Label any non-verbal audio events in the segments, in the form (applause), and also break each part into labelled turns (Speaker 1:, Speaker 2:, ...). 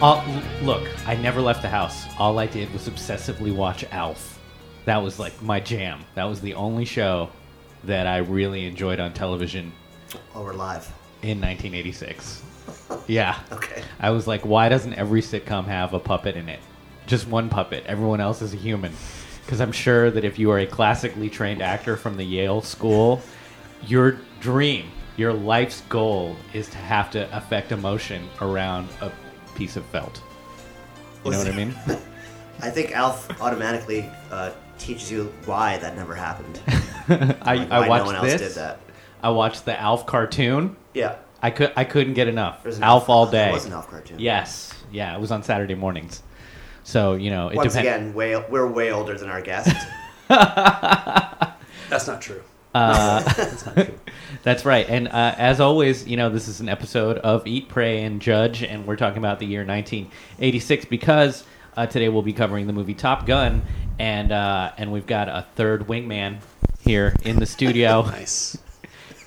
Speaker 1: Uh, l- look, I never left the house. All I did was obsessively watch Alf. That was like my jam. That was the only show that I really enjoyed on television
Speaker 2: Oh, we're live.
Speaker 1: in 1986. Yeah.
Speaker 2: Okay.
Speaker 1: I was like, why doesn't every sitcom have a puppet in it? Just one puppet. Everyone else is a human. Because I'm sure that if you are a classically trained actor from the Yale School, your dream, your life's goal is to have to affect emotion around a piece of felt. You know what I mean?
Speaker 2: (laughs) I think Alf automatically uh, teaches you why that never happened.
Speaker 1: I,
Speaker 2: Like,
Speaker 1: (laughs)
Speaker 2: why
Speaker 1: I watched
Speaker 2: no one else
Speaker 1: this.
Speaker 2: did that.
Speaker 1: I watched the Alf cartoon.
Speaker 2: Yeah.
Speaker 1: I could I couldn't get enough.
Speaker 2: There's an
Speaker 1: Alf all day.
Speaker 2: There was an Alf cartoon.
Speaker 1: Yes. Yeah, it was on Saturday mornings. So, you know, it
Speaker 2: Once
Speaker 1: depends.
Speaker 2: again, way, we're way older than our
Speaker 1: (laughs)
Speaker 2: guest.
Speaker 3: That's not true.
Speaker 1: That's right. And uh, as always, you know, this is an episode of Eat, Pray, and Judge, and we're talking about the year 1986 because uh, today we'll be covering the movie Top Gun, and uh, and we've got a third wingman here in the
Speaker 2: (laughs)
Speaker 1: studio.
Speaker 3: Nice.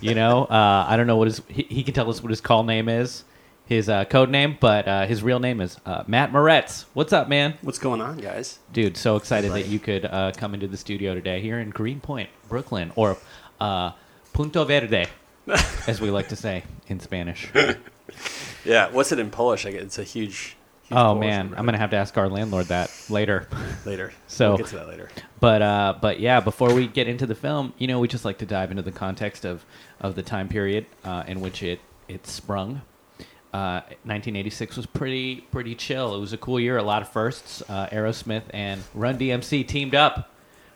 Speaker 1: you know, uh, I don't know what his he, he can tell us what his call name is, his uh, code name, but uh, his real name is uh, Matt Moretz. What's up, man?
Speaker 3: What's going on, guys?
Speaker 1: Dude, so excited
Speaker 2: Like-
Speaker 1: that you could uh, come into the studio today here in Greenpoint, Brooklyn, or uh, Punto Verde, as we like to say in Spanish.
Speaker 3: Yeah, what's it in Polish? I get it's a huge. huge
Speaker 1: oh
Speaker 3: Polish
Speaker 1: man,
Speaker 3: number.
Speaker 1: I'm gonna have to ask our landlord that later. (laughs)
Speaker 3: later.
Speaker 1: So-
Speaker 3: we'll get to that later.
Speaker 1: But uh, but yeah, before we get into the film, you know, we just like to dive into the context of of the time period uh, in which it it sprung. Uh, 1986 was pretty pretty chill. It was a cool year, a lot of firsts. Uh, Aerosmith and Run DMC teamed up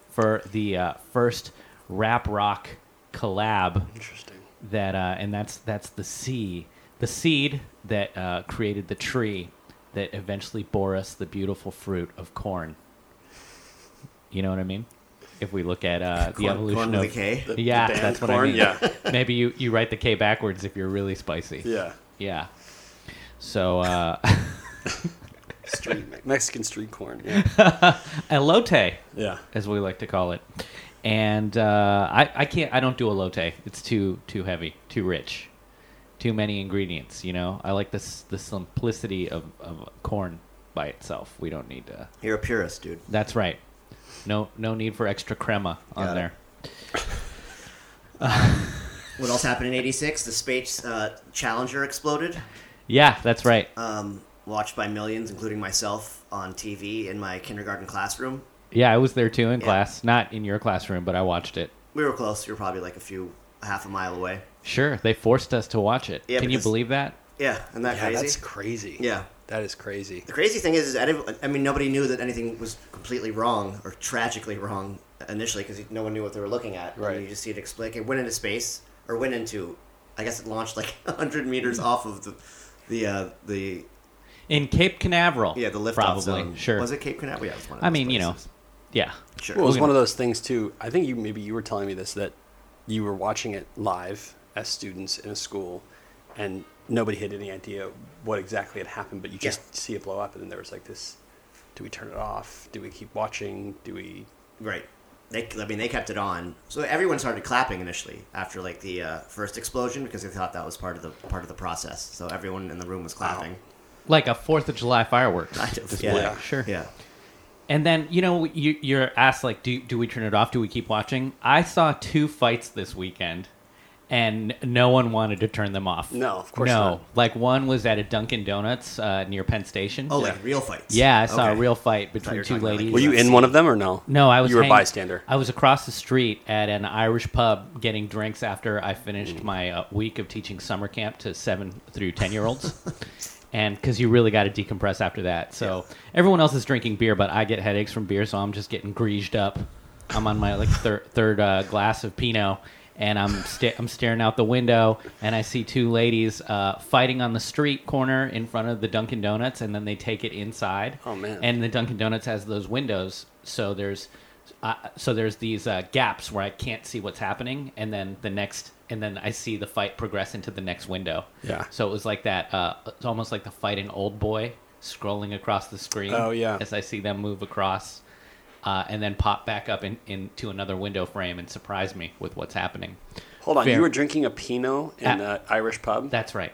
Speaker 1: for the uh, first rap rock collab
Speaker 3: Interesting.
Speaker 1: that uh, and that's that's the seed the seed that uh, created the tree that eventually bore us the beautiful fruit of corn you know what i mean if we look at uh, the
Speaker 2: Corn-
Speaker 1: evolution
Speaker 2: corn with
Speaker 1: of
Speaker 2: a K.
Speaker 1: (laughs)
Speaker 2: (laughs)
Speaker 3: The-
Speaker 1: yeah
Speaker 3: the band
Speaker 1: that's what i
Speaker 3: Korn?
Speaker 1: mean
Speaker 3: Yeah,
Speaker 1: maybe you, you write the k backwards if you're really spicy
Speaker 3: yeah.
Speaker 1: yeah so uh (laughs)
Speaker 3: Street Mexican street corn. Yeah,
Speaker 1: elote
Speaker 3: (laughs) yeah.
Speaker 1: as we like to call it and uh, I, I can't i don't do elote it's too too heavy too rich too many ingredients. You know, I like this the simplicity of, of corn by itself. We don't need to.
Speaker 2: You're a purist, dude.
Speaker 1: That's right. No no need for extra crema on
Speaker 2: Got it.
Speaker 1: there.
Speaker 2: What else happened in '86? The space uh, Challenger exploded,
Speaker 1: Yeah, that's right.
Speaker 2: um, watched by millions, including myself, on TV in my kindergarten classroom.
Speaker 1: Yeah, I was there too in
Speaker 2: Yeah.
Speaker 1: class. Not in your classroom, but I watched it.
Speaker 2: We were close. You were probably like a few, half a mile away.
Speaker 1: Sure, they forced us to watch it.
Speaker 2: Yeah,
Speaker 1: Can you
Speaker 2: because-
Speaker 1: believe that?
Speaker 2: Yeah, isn't that
Speaker 3: yeah
Speaker 2: crazy?
Speaker 3: That's crazy.
Speaker 2: Yeah.
Speaker 3: that is crazy.
Speaker 2: The crazy thing is, is I, didn't, I mean, nobody knew that anything was completely wrong or tragically wrong initially because no one knew what they were looking at. And
Speaker 3: Right.
Speaker 2: you just see it explode. It went into space, or went into, I guess it launched like (laughs) 100 meters
Speaker 1: Mm.
Speaker 2: off of the, the, uh, the,
Speaker 1: In Cape Canaveral.
Speaker 2: yeah, the lift
Speaker 1: probably.
Speaker 2: zone.
Speaker 1: Sure.
Speaker 2: Was it Cape Canaveral? Yeah, it was one of
Speaker 1: I
Speaker 2: those
Speaker 1: mean, you know.
Speaker 2: places.
Speaker 1: Yeah.
Speaker 2: Sure.
Speaker 3: Well, it was
Speaker 1: We're
Speaker 3: one
Speaker 1: gonna-
Speaker 3: of those things too. I think you maybe you were telling me this that you were watching it live as students in a school, and nobody had any idea what exactly had happened, but you just see it blow up, and then there was like this: Do we turn it off? Do we keep watching? Do we?
Speaker 2: Right. They, I mean, they kept it on, so everyone started clapping initially after like the uh, first explosion because they thought that was part of the part of the process. So everyone in the room was clapping. (laughs)
Speaker 1: Like a 4th of July fireworks.
Speaker 2: Kind of,
Speaker 1: display.
Speaker 2: yeah.
Speaker 1: Sure.
Speaker 2: Yeah,
Speaker 1: And then you know you, you're asked like, do do we turn it off? Do we keep watching? I saw two fights this weekend, and no one wanted to turn them off.
Speaker 3: No, of course
Speaker 1: no.
Speaker 3: not.
Speaker 1: Like one was at a Dunkin' Donuts uh, near Penn Station.
Speaker 2: Oh,
Speaker 3: Yeah.
Speaker 2: like real fights.
Speaker 1: yeah, I saw a
Speaker 2: Okay.
Speaker 1: real fight
Speaker 2: thought you
Speaker 1: between
Speaker 2: were
Speaker 1: two
Speaker 2: talking about, like,
Speaker 1: ladies.
Speaker 3: Were you in one of them or no?
Speaker 1: No, I was.
Speaker 3: You were a
Speaker 1: hang-
Speaker 3: bystander.
Speaker 1: I was across the street at an Irish pub getting drinks after I finished
Speaker 3: Mm.
Speaker 1: my uh, week of teaching summer camp to seven through ten year olds, (laughs) and because you really got to decompress after that. So everyone else is drinking beer, but I get headaches from beer, so I'm just getting greased up. I'm on my like thir- third uh, glass of Pinot, and I'm sta- I'm staring out the window, and I see two ladies uh, fighting on the street corner in front of the Dunkin' Donuts, and then they take it inside.
Speaker 3: Oh, man.
Speaker 1: And the Dunkin' Donuts has those windows, so there's uh, so there's these uh, gaps where I can't see what's happening, and then the next, and then I see the fight progress into the next window.
Speaker 3: Yeah.
Speaker 1: So it was like that. Uh, it's almost like the fight in Old Boy, scrolling across the screen.
Speaker 3: Oh, yeah.
Speaker 1: As I see them move across, uh, and then pop back up in, into another window frame and surprise me with what's happening.
Speaker 3: Hold on,
Speaker 1: Fair.
Speaker 3: you were drinking a Pinot in
Speaker 1: That-
Speaker 3: an Irish pub?
Speaker 1: That's right.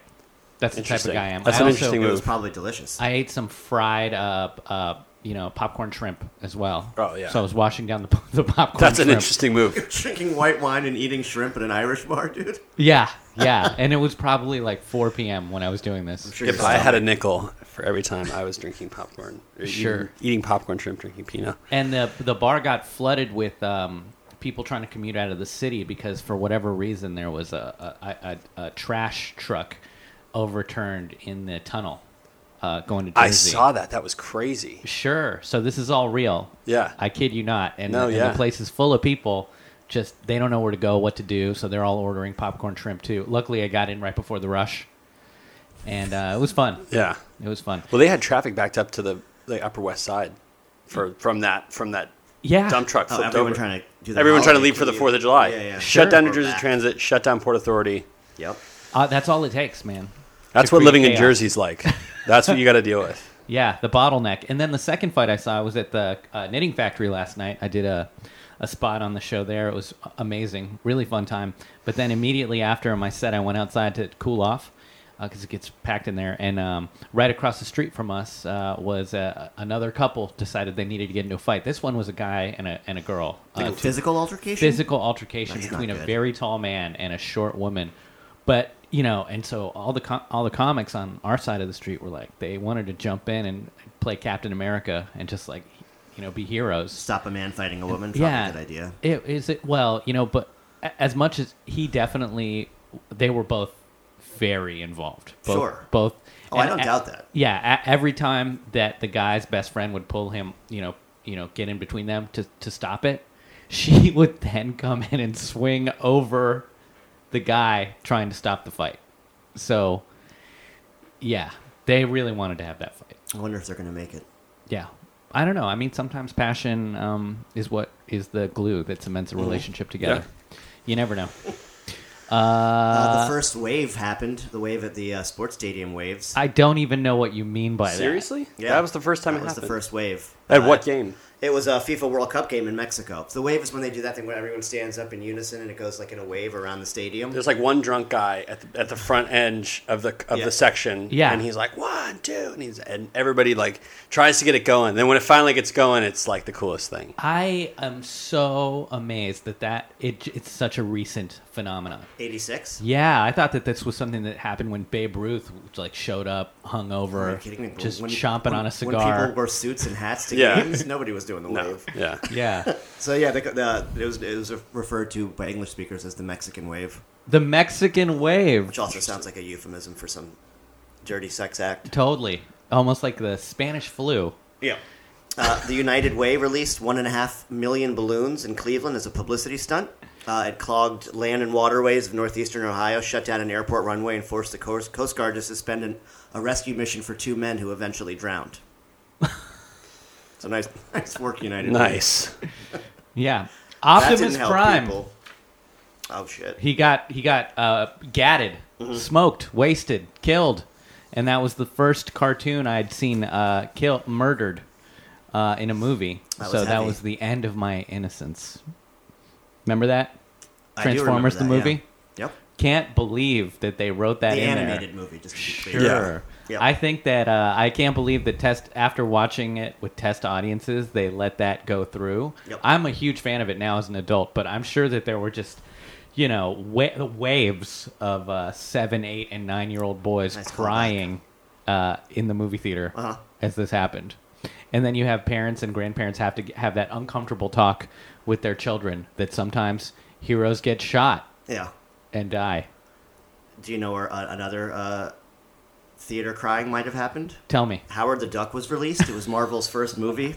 Speaker 1: That's the type of
Speaker 3: Interesting.
Speaker 1: guy I am.
Speaker 3: That's
Speaker 1: I
Speaker 3: an
Speaker 1: also-
Speaker 3: interesting
Speaker 2: It was
Speaker 3: move.
Speaker 2: probably delicious.
Speaker 1: I ate some fried, uh, uh, you know, popcorn shrimp as well.
Speaker 3: Oh, yeah.
Speaker 1: So I was washing down the, (laughs) po- the popcorn.
Speaker 3: (laughs) That's an
Speaker 1: shrimp.
Speaker 3: interesting
Speaker 2: (laughs)
Speaker 3: move.
Speaker 2: Drinking white wine and eating shrimp at an Irish bar, dude. Oh,
Speaker 1: Yeah, yeah, and it was probably like 4 p.m. when I was doing this.
Speaker 2: sure
Speaker 3: If I had a nickel for every time I was drinking popcorn, or eating-
Speaker 1: Sure.
Speaker 3: eating, popcorn shrimp, drinking peanut.
Speaker 1: And the the bar got flooded with um, people trying to commute out of the city because for whatever reason there was a a, a, a trash truck overturned in the tunnel uh, going to Jersey.
Speaker 3: I saw that. That was crazy.
Speaker 1: Sure. So this is all real.
Speaker 3: Yeah.
Speaker 1: I kid you not. And,
Speaker 3: No,
Speaker 1: and
Speaker 3: yeah.
Speaker 1: the place is full of people. Just they don't know where to go, what to do, so they're all ordering popcorn shrimp too. Luckily, I got in right before the rush, and uh, it was fun.
Speaker 3: Yeah.
Speaker 1: It was fun.
Speaker 3: Well, they had traffic backed up to the, the Upper West Side for from that from that
Speaker 1: Yeah.
Speaker 3: dump truck
Speaker 2: Oh,
Speaker 3: flipped
Speaker 2: everyone
Speaker 3: over.
Speaker 2: trying to do the
Speaker 3: everyone trying to
Speaker 2: holiday
Speaker 3: leave for the
Speaker 2: commute.
Speaker 3: Fourth of July.
Speaker 2: Yeah, yeah.
Speaker 1: Sure.
Speaker 3: Shut down New
Speaker 2: We're
Speaker 3: Jersey
Speaker 2: back.
Speaker 3: Transit. Shut down Port Authority.
Speaker 2: Yep.
Speaker 1: Uh, that's all it takes, man.
Speaker 3: That's
Speaker 1: To
Speaker 3: what
Speaker 1: create
Speaker 3: living in
Speaker 1: chaos.
Speaker 3: Jersey's like. That's what you got to
Speaker 1: (laughs)
Speaker 3: deal with.
Speaker 1: Yeah, the bottleneck. And then the second fight I saw was at the uh, Knitting Factory last night. I did a, a spot on the show there. It was amazing, really fun time. But then immediately after my set, I went outside to cool off because it gets packed in there. And um, right across the street from us uh, was uh, another couple decided they needed to get into a fight. This one was a guy and a, and a girl.
Speaker 2: Like
Speaker 1: uh,
Speaker 2: a physical altercation.
Speaker 1: physical altercation
Speaker 2: That's
Speaker 1: between
Speaker 2: not
Speaker 1: a
Speaker 2: good.
Speaker 1: very tall man and a short woman. But you know, and so all the com- all the comics on our side of the street were like they wanted to jump in and play Captain America and just like you know be heroes.
Speaker 2: Stop a man fighting a woman.
Speaker 1: yeah,
Speaker 2: Probably a good idea.
Speaker 1: It is it well, you know, but a- as much as he definitely, they were both very involved. Both,
Speaker 2: Sure.
Speaker 1: Both.
Speaker 2: Oh, I
Speaker 1: and
Speaker 2: don't
Speaker 1: a-
Speaker 2: doubt that.
Speaker 1: Yeah, a- every time that the guy's best friend would pull him, you know, you know, get in between them to to stop it, she (laughs) would then come in and swing over the guy trying to stop the fight. So, yeah, they really wanted to have that fight.
Speaker 2: I wonder if they're going to make it.
Speaker 1: Yeah. I don't know. I mean, sometimes passion um, is what is the glue that cements
Speaker 2: Mm-hmm.
Speaker 1: a relationship together. You never know.
Speaker 2: Uh, the first wave happened. The wave at the uh, sports stadium waves.
Speaker 1: I don't even know what you mean by
Speaker 3: Seriously? That was the first time
Speaker 2: That
Speaker 3: it
Speaker 2: was
Speaker 3: happened.
Speaker 2: the first wave.
Speaker 3: At
Speaker 2: Uh,
Speaker 3: what game?
Speaker 2: It was a FIFA World Cup game in Mexico. The wave is when they do that thing where everyone stands up in unison and it goes like in a wave around the stadium.
Speaker 3: There's like one drunk guy at the, at the front edge of the of
Speaker 2: Yeah.
Speaker 3: the section,
Speaker 1: Yeah.
Speaker 3: and he's like one, two, and he's and everybody like tries to get it going. Then when it finally gets going, it's like the coolest thing.
Speaker 1: that. I am so amazed that that it, it's such a recent phenomenon.
Speaker 2: 86.
Speaker 1: Yeah, I thought that this was something that happened when Babe Ruth like showed up
Speaker 2: Are you
Speaker 1: hungover,
Speaker 2: kidding me?
Speaker 1: just
Speaker 2: When-
Speaker 1: chomping
Speaker 2: when-
Speaker 1: on a
Speaker 2: When
Speaker 1: cigar.
Speaker 2: people wore suits and hats to
Speaker 3: Yeah.
Speaker 2: games, nobody was doing the
Speaker 3: No,
Speaker 2: wave.
Speaker 3: (laughs) yeah,
Speaker 1: (laughs)
Speaker 2: (laughs)
Speaker 1: yeah,
Speaker 2: So yeah, the, the, it was it was referred to by English speakers as the Mexican wave,
Speaker 1: the Mexican wave.
Speaker 2: which also sounds like a euphemism for some dirty sex act.
Speaker 1: Totally, almost like the Spanish flu.
Speaker 2: Yeah. Uh, the United Way released one and a half million balloons in Cleveland as a publicity stunt. Uh, it clogged land and waterways of northeastern Ohio, shut down an airport runway, and forced the Coast, Coast Guard to suspend an, a rescue mission for two men who eventually drowned. (laughs) so nice, nice work, United.
Speaker 1: (laughs)
Speaker 2: Way.
Speaker 3: nice.
Speaker 1: Yeah,
Speaker 2: That didn't
Speaker 1: Optimus
Speaker 2: help
Speaker 1: Prime.
Speaker 2: people. Oh shit!
Speaker 1: He got he got uh, gatted,
Speaker 2: Mm-hmm.
Speaker 1: smoked, wasted, killed, and that was the first cartoon I'd seen uh, kill murdered uh, in a movie.
Speaker 2: That was
Speaker 1: so that
Speaker 2: heavy.
Speaker 1: was the end of my innocence. Remember that
Speaker 2: I do remember
Speaker 1: Transformers the
Speaker 2: that, yeah.
Speaker 1: movie?
Speaker 2: Yep.
Speaker 1: Can't believe that they wrote that
Speaker 2: the
Speaker 1: in there.
Speaker 2: animated movie. Just to be
Speaker 1: Sure.
Speaker 2: clear. Yeah.
Speaker 1: I think that uh, I can't believe that test after watching it with test audiences, they let that go through.
Speaker 2: Yep.
Speaker 1: I'm a huge fan of it now as an adult, but I'm sure that there were just, you know, wa- waves of uh, seven, eight, and nine year old boys
Speaker 2: Nice callback.
Speaker 1: crying uh, in the movie theater
Speaker 2: Uh-huh.
Speaker 1: as this happened. And then you have parents and grandparents have to g- have that uncomfortable talk with their children that sometimes heroes get shot
Speaker 2: Yeah.
Speaker 1: and die.
Speaker 2: Do you know where uh, another uh, theater crying might have happened?
Speaker 1: Tell me.
Speaker 2: Howard the Duck was released. It was Marvel's first movie.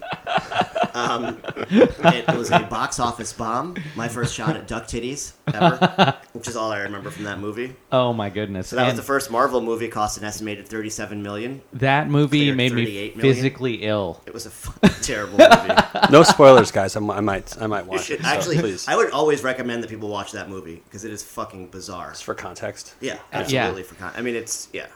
Speaker 2: Um, it was a box office bomb. My first shot at duck titties ever, which is all I remember from that movie.
Speaker 1: Oh my goodness.
Speaker 2: So that was
Speaker 1: And-
Speaker 2: the first Marvel movie. Cost an estimated thirty-seven million.
Speaker 1: That movie
Speaker 2: Cleared
Speaker 1: made me
Speaker 2: 38 million.
Speaker 1: physically ill.
Speaker 2: It was a fucking terrible movie.
Speaker 3: No spoilers, guys. I'm, I might I might
Speaker 2: You
Speaker 3: watch
Speaker 2: should
Speaker 3: it. so
Speaker 2: actually.
Speaker 3: please,
Speaker 2: I would always recommend that people watch that movie because it is fucking bizarre.
Speaker 3: just for context.
Speaker 2: Yeah, absolutely. For con- I mean, it's yeah.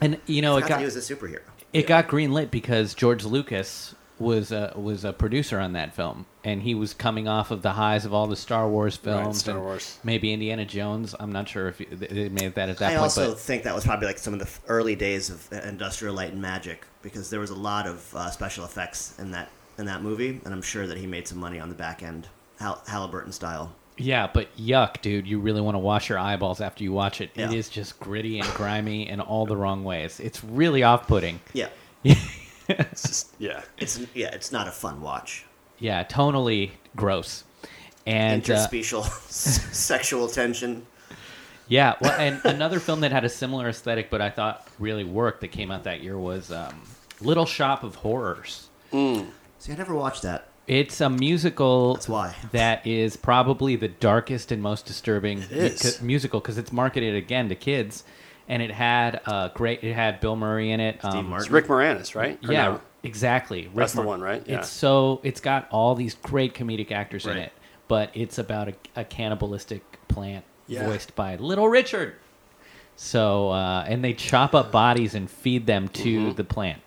Speaker 1: And you know,
Speaker 2: I
Speaker 1: it
Speaker 2: forgot that
Speaker 1: got
Speaker 2: he was a superhero.
Speaker 1: it got greenlit because George Lucas was a was a producer on that film, and he was coming off of the highs of all the Star Wars films,
Speaker 3: Star
Speaker 1: and
Speaker 3: Wars.
Speaker 1: maybe Indiana Jones. I'm not sure if he, they- they made that at that
Speaker 2: I
Speaker 1: point.
Speaker 2: also
Speaker 1: but
Speaker 2: think that was probably like some of the f- early days of uh, Industrial Light and Magic because there was a lot of uh, special effects in that in that movie, and I'm sure that he made some money on the back end, Hal- Halliburton style.
Speaker 1: yeah, but yuck, dude! You really want to wash your eyeballs after you watch it.
Speaker 2: Yeah.
Speaker 1: It is just gritty and grimy in all the wrong ways. It's really off-putting.
Speaker 2: Yeah,
Speaker 3: It's just, yeah.
Speaker 2: it's yeah, it's not a fun watch.
Speaker 1: Yeah, tonally gross. And uh,
Speaker 2: Interspecial (laughs) s- sexual tension.
Speaker 1: Yeah, well, and (laughs) another film that had a similar aesthetic, but I thought really worked that came out that year was um, Little Shop of Horrors.
Speaker 2: See, I never watched that.
Speaker 1: It's a musical
Speaker 2: That's why.
Speaker 1: that is probably the darkest and most disturbing
Speaker 3: is.
Speaker 1: music- musical because it's marketed again to kids, and it had uh, great. It had Bill Murray in it.
Speaker 2: Steve
Speaker 1: um,
Speaker 2: Martin.
Speaker 3: It's Rick Moranis, right? Or
Speaker 1: yeah,
Speaker 3: no?
Speaker 1: exactly. Rick
Speaker 3: That's the
Speaker 1: Mar-
Speaker 3: one, right? Yeah.
Speaker 1: It's so it's got all these great comedic actors in
Speaker 2: Right.
Speaker 1: it, but it's about a, a cannibalistic plant
Speaker 3: Yeah.
Speaker 1: voiced by Little Richard. So uh, and they chop up bodies and feed them to
Speaker 3: Mm-hmm.
Speaker 1: the plant.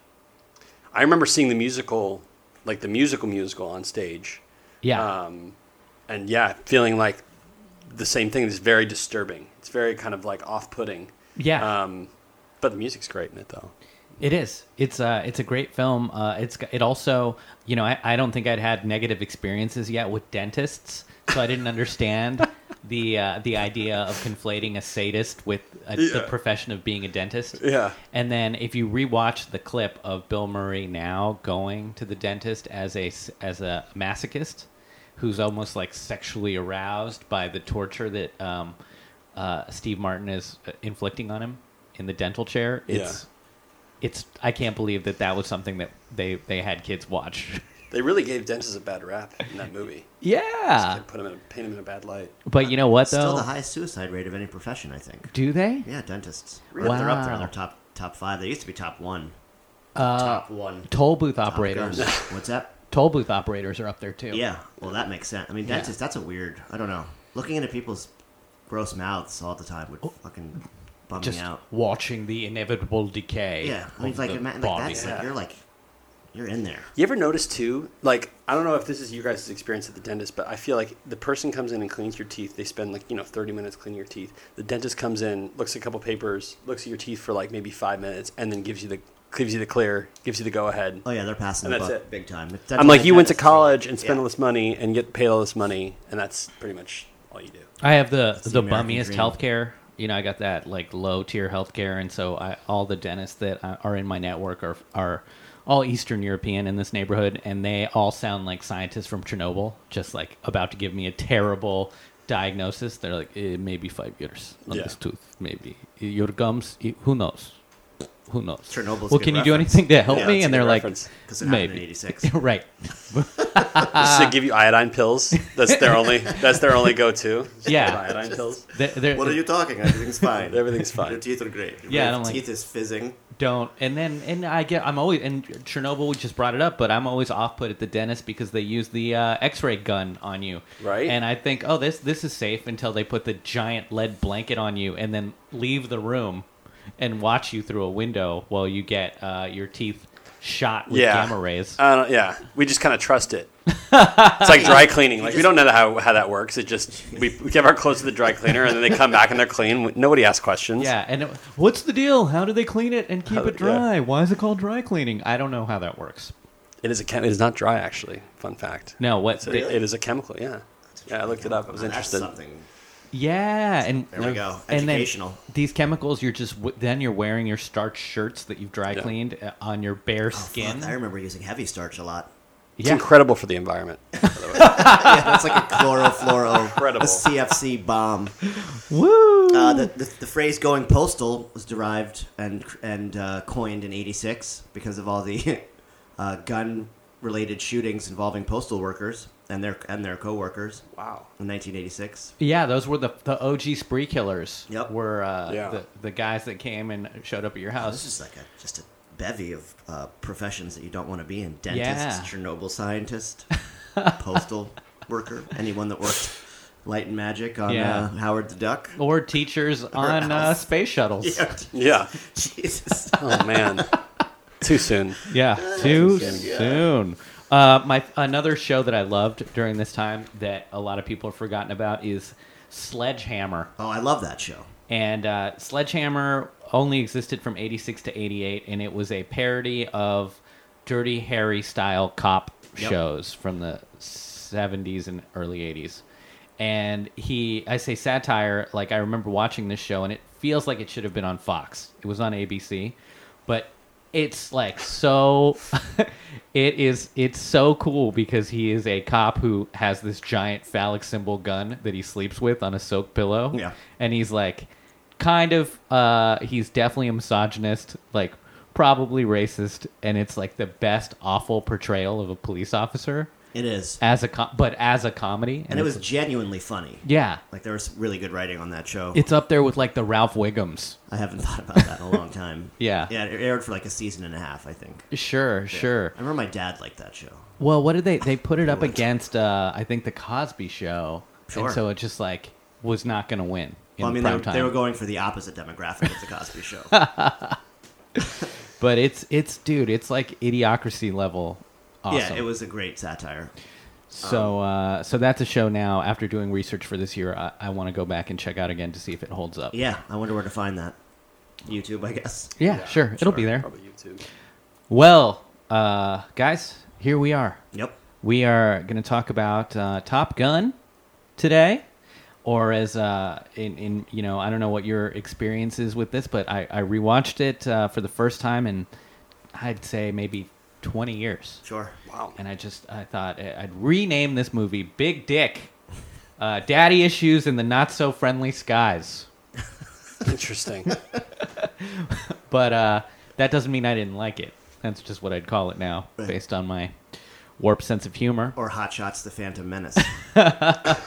Speaker 3: I remember seeing the musical, like the musical musical on stage,
Speaker 1: Yeah,
Speaker 3: um, and yeah, feeling like the same thing is very disturbing. It's very kind of like off-putting.
Speaker 1: yeah,
Speaker 3: Um, but the music's great in it though.
Speaker 1: it is. It's uh, it's a great film. Uh, it's g- it also you know I, I don't think I'd had negative experiences yet with dentists, so I didn't
Speaker 3: (laughs)
Speaker 1: understand. The uh, the idea of conflating a sadist with a, the
Speaker 3: Yeah.
Speaker 1: profession of being a dentist,
Speaker 3: Yeah.
Speaker 1: And then if you rewatch the clip of Bill Murray now going to the dentist as a as a masochist, who's almost like sexually aroused by the torture that um, uh, Steve Martin is inflicting on him in the dental chair, it's it's I can't believe that that was something that they they had kids watch.
Speaker 3: They really gave dentists a bad rap in that movie.
Speaker 1: yeah,
Speaker 3: They put 'em in, a, paint them in a bad light.
Speaker 1: but you know what though?
Speaker 2: Still the highest suicide rate of any profession, I think.
Speaker 1: Do they?
Speaker 2: Yeah, dentists. They're up there.
Speaker 1: Wow. Uh,
Speaker 2: They're top top five. They used to be top one. top one.
Speaker 1: Toll booth
Speaker 2: Top
Speaker 1: operators.
Speaker 2: gun. What's that?
Speaker 1: Toll booth operators are up there too.
Speaker 2: Yeah. Well, that makes sense. I mean,
Speaker 1: Yeah.
Speaker 2: dentists. That's a weird. I don't know. Looking into people's gross mouths all the time would fucking bum
Speaker 1: Oh. just
Speaker 2: me out.
Speaker 1: watching the inevitable decay.
Speaker 2: Yeah. I mean,
Speaker 1: of
Speaker 2: like,
Speaker 1: the
Speaker 2: imagine, like
Speaker 1: body.
Speaker 2: that's
Speaker 3: Yeah.
Speaker 2: like you're like you're in there.
Speaker 3: You ever notice too? Like, I don't know if this is your guys' experience at the dentist, but I feel like the person comes in and cleans your teeth. They spend like, you know, 30 minutes cleaning your teeth. The dentist comes in, looks at a couple papers, looks at your teeth for like maybe five minutes, and then gives you the gives you the clear, gives you the go ahead.
Speaker 2: Oh yeah, they're passing
Speaker 3: And
Speaker 2: the
Speaker 3: that's
Speaker 2: buck
Speaker 3: it.
Speaker 2: big time. It's
Speaker 3: I'm like,
Speaker 2: definitely
Speaker 3: you went to
Speaker 2: dentists are like-
Speaker 3: college and spent
Speaker 2: Yeah.
Speaker 3: all this money and get paid all this money, and that's pretty much all you do.
Speaker 1: I have the
Speaker 2: the
Speaker 1: the
Speaker 2: American
Speaker 1: bummiest
Speaker 2: dream.
Speaker 1: healthcare. You know, I got that like low tier healthcare, and so I, all the dentists that I- are in my network are are all Eastern European in this neighborhood, and they all sound like scientists from Chernobyl, just like about to give me a terrible diagnosis. They're like, eh, maybe five years on
Speaker 3: Yeah.
Speaker 1: this tooth, maybe your gums. eh, Who knows? Who knows?
Speaker 2: Chernobyl's a
Speaker 1: well,
Speaker 2: good
Speaker 1: can you do
Speaker 2: reference.
Speaker 1: anything to help
Speaker 3: Yeah,
Speaker 1: me?
Speaker 3: that's a
Speaker 1: And
Speaker 3: good
Speaker 1: they're like,
Speaker 3: reference,
Speaker 2: 'cause it happened in
Speaker 1: maybe (laughs)
Speaker 2: 86.
Speaker 1: right.
Speaker 3: Just to give you iodine pills. That's their only. That's their only go-to. Just
Speaker 1: Yeah.
Speaker 2: (laughs)
Speaker 3: iodine pills.
Speaker 1: They're- they're-
Speaker 2: What are you
Speaker 1: (laughs)
Speaker 2: talking? Everything's fine.
Speaker 3: Everything's
Speaker 2: Your
Speaker 3: fine.
Speaker 2: teeth are great. Your
Speaker 1: Yeah,
Speaker 2: yeah,
Speaker 1: and I'm like-
Speaker 2: teeth is fizzing.
Speaker 1: don't and then and i get i'm always and chernobyl we just brought it up but i'm always off put at the dentist because they use the uh, x-ray gun on you
Speaker 3: Right.
Speaker 1: and i think oh this this is safe until they put the giant lead blanket on you and then leave the room and watch you through a window while you get uh, your teeth shot with
Speaker 3: Yeah.
Speaker 1: gamma rays
Speaker 3: I don't, yeah, we just kind of trust it. it's like dry cleaning. Like we don't know how, how that works. It just we, we give our clothes to the dry cleaner, and then they come back and they're clean. Nobody asks questions.
Speaker 1: yeah and it- what's the deal how do they clean it and keep
Speaker 3: How-
Speaker 1: it dry why is it called dry cleaning i don't know how that works
Speaker 3: it is a chem- it is not dry actually. Fun fact.
Speaker 1: no what
Speaker 3: It's a-
Speaker 1: they-
Speaker 3: it is a chemical. Yeah, yeah. I looked it up. I was
Speaker 2: Now, That's
Speaker 3: interested.
Speaker 2: something.
Speaker 1: Yeah, and
Speaker 2: There we go.
Speaker 1: And then
Speaker 2: Educational.
Speaker 1: these chemicals, you're just w- then you're wearing your starched shirts that you've dry
Speaker 3: Yeah.
Speaker 1: cleaned uh, on your bare skin.
Speaker 2: Oh, Fuck, I remember using heavy starch a (laughs) lot.
Speaker 3: It's
Speaker 1: yeah,
Speaker 3: incredible for the environment.
Speaker 2: Yeah, that's like a chlorofluoro,
Speaker 3: Incredible.
Speaker 2: a CFC bomb.
Speaker 1: woo.
Speaker 2: Uh, the, the, the phrase "going postal" was derived and and uh, coined in '86 because of all the (laughs) uh, gun-related shootings involving postal workers and their and their coworkers
Speaker 3: Wow.
Speaker 2: in 1986.
Speaker 1: yeah, those were the the OG spree killers.
Speaker 2: Yep.
Speaker 1: were uh,
Speaker 3: Yeah.
Speaker 1: the the guys that came and showed up at your
Speaker 2: Oh, This
Speaker 1: house.
Speaker 2: is like a just a bevy of uh, professions that you don't want to be in: dentist,
Speaker 1: Yeah. (laughs)
Speaker 2: Chernobyl scientist, postal worker, anyone that worked light and magic on
Speaker 1: Yeah.
Speaker 2: uh, Howard the
Speaker 1: (laughs)
Speaker 2: Duck.
Speaker 1: Or teachers on uh,
Speaker 2: house.
Speaker 1: space shuttles.
Speaker 2: Yeah,
Speaker 3: Yeah.
Speaker 2: (laughs) Jesus.
Speaker 3: Oh man. Too soon.
Speaker 1: Yeah, too soon. Uh, my another show that I loved during this time that a lot of people have forgotten about is Sledgehammer,
Speaker 2: Oh, I love that show.
Speaker 1: and uh, Sledgehammer only existed from '86 to '88, and it was a parody of Dirty Harry style cop
Speaker 2: Yep.
Speaker 1: shows from the '70s and early '80s. And he, I say satire, like I remember watching this show, and it feels like it should have been on Fox. It was on ABC, but it's like so (laughs) it is it's so cool because he is a cop who has this giant phallic symbol gun that he sleeps with on a soak pillow
Speaker 2: Yeah.
Speaker 1: and he's like kind of uh he's definitely a misogynist like probably racist and it's like the best awful portrayal of a police officer
Speaker 2: It is,
Speaker 1: as a co- but as a comedy
Speaker 2: and it was
Speaker 1: it's-
Speaker 2: genuinely funny.
Speaker 1: yeah
Speaker 2: Like there was really good writing on that show.
Speaker 1: it's up there with like the Ralph Wiggums
Speaker 2: I haven't (laughs) thought about that in a long time.
Speaker 1: Yeah.
Speaker 2: yeah. It aired for like a season and a half, I think.
Speaker 1: sure sure
Speaker 2: I remember my dad liked that show.
Speaker 1: Well, what did they? They put it up
Speaker 2: Influence.
Speaker 1: against, uh, I think, the Cosby Show,
Speaker 2: Sure.
Speaker 1: and so it just like was not going to win in
Speaker 2: Well, I mean, they
Speaker 1: prime
Speaker 2: were,
Speaker 1: time.
Speaker 2: they were going for the opposite demographic of the
Speaker 1: (laughs)
Speaker 2: Cosby Show.
Speaker 1: but it's it's dude, it's like idiocracy level. Awesome.
Speaker 2: Yeah, it was a great satire.
Speaker 1: So uh, so that's a show now. After doing research for this year, I, I want to go back and check out again to see if it holds up.
Speaker 2: Yeah, I wonder where to find that. YouTube, I guess.
Speaker 1: Yeah, sure, it'll be there.
Speaker 3: Probably YouTube.
Speaker 1: Well, uh, guys, here we are.
Speaker 2: Yep.
Speaker 1: We are going to talk about uh, Top Gun today, or as uh, in, in you know, I don't know what your experience is with this, but I, I rewatched it uh, for the first time in I'd say maybe twenty years,
Speaker 2: Sure.
Speaker 3: Wow.
Speaker 1: and I just I thought I- I'd rename this movie Big Dick, uh, Daddy Issues in the Not So Friendly Skies.
Speaker 3: Interesting.
Speaker 1: But uh, that doesn't mean I didn't like it. That's just what I'd call it now,
Speaker 2: Right.
Speaker 1: based on my warped sense of humor.
Speaker 2: Or Hot Shots: The Phantom Menace.
Speaker 1: (laughs)
Speaker 2: like a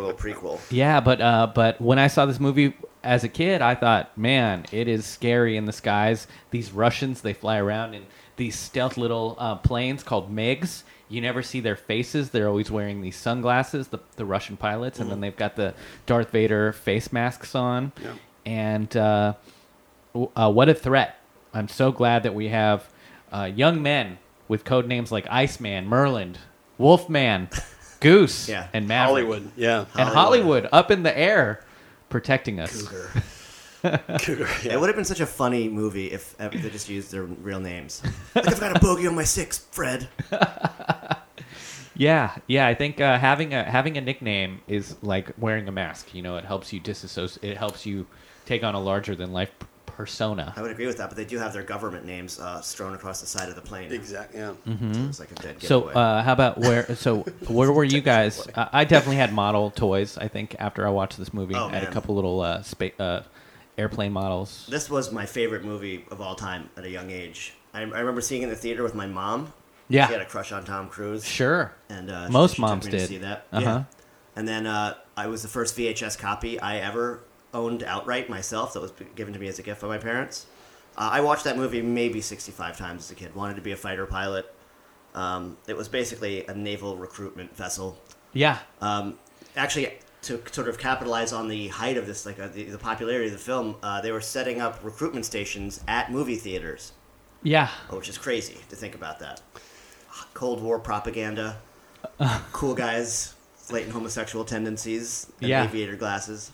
Speaker 2: little prequel.
Speaker 1: Yeah, but uh, but when I saw this movie as a kid, I thought, man, it is scary in the skies. These Russians, they fly around in these stealth little uh, planes called MiGs. You never see their faces. They're always wearing these sunglasses, the, the Russian pilots, and then they've got the Darth Vader face masks on.
Speaker 3: Mm-hmm. Yeah.
Speaker 1: And uh, w- uh, what a threat. I'm so glad that we have uh, young men with code names like Iceman, Merlin,
Speaker 3: (laughs)
Speaker 1: Wolfman, Goose,
Speaker 2: Yeah.
Speaker 1: and Maverick
Speaker 3: (laughs) Hollywood. Yeah.
Speaker 1: and
Speaker 2: Hollywood.
Speaker 1: Hollywood up in the air protecting us.
Speaker 3: Cougar.
Speaker 2: It
Speaker 3: Yeah.
Speaker 2: would have been such a funny movie if if they just used their real names. Like I've got a bogey on my six, Fred.
Speaker 1: Yeah, yeah. I think uh, having a having a nickname is like wearing a mask. You know, it helps you disassociate. It helps you take on a larger than life p-
Speaker 2: I
Speaker 1: persona.
Speaker 2: would agree with that, but they do have their government names uh, strewn across the side of the plane.
Speaker 3: Exactly. Yeah.
Speaker 2: So it's like a dead
Speaker 1: Mm-hmm. So,
Speaker 2: giveaway.
Speaker 1: uh, how about where?
Speaker 2: (laughs)
Speaker 1: So, where were you guys? Uh, I definitely had model toys. I think after I watched this movie,
Speaker 2: Oh,
Speaker 1: I had a
Speaker 2: man.
Speaker 1: couple little uh, spa- uh, airplane models.
Speaker 2: this was my favorite movie of all time at a young age. I, I remember seeing it in the theater with my mom.
Speaker 1: Yeah.
Speaker 2: she had a crush on Tom Cruise.
Speaker 1: Sure.
Speaker 2: and uh,
Speaker 1: Most
Speaker 2: she, she took
Speaker 1: moms
Speaker 2: me
Speaker 1: did.
Speaker 2: To see that,
Speaker 1: Uh-huh.
Speaker 2: yeah. And then uh, I was the first VHS copy I ever owned outright myself. That was given to me as a gift by my parents. Uh, I watched that movie maybe sixty-five times as a kid. Wanted to be a fighter pilot. Um, it was basically a naval recruitment vessel.
Speaker 1: Yeah.
Speaker 2: Um, actually, to sort of capitalize on the height of this, like uh, the, the popularity of the film, uh, they were setting up recruitment stations at movie theaters
Speaker 1: Yeah.
Speaker 2: which is crazy to think about that. Cold War propaganda, cool guys, latent homosexual tendencies, and
Speaker 1: Yeah.
Speaker 2: aviator glasses.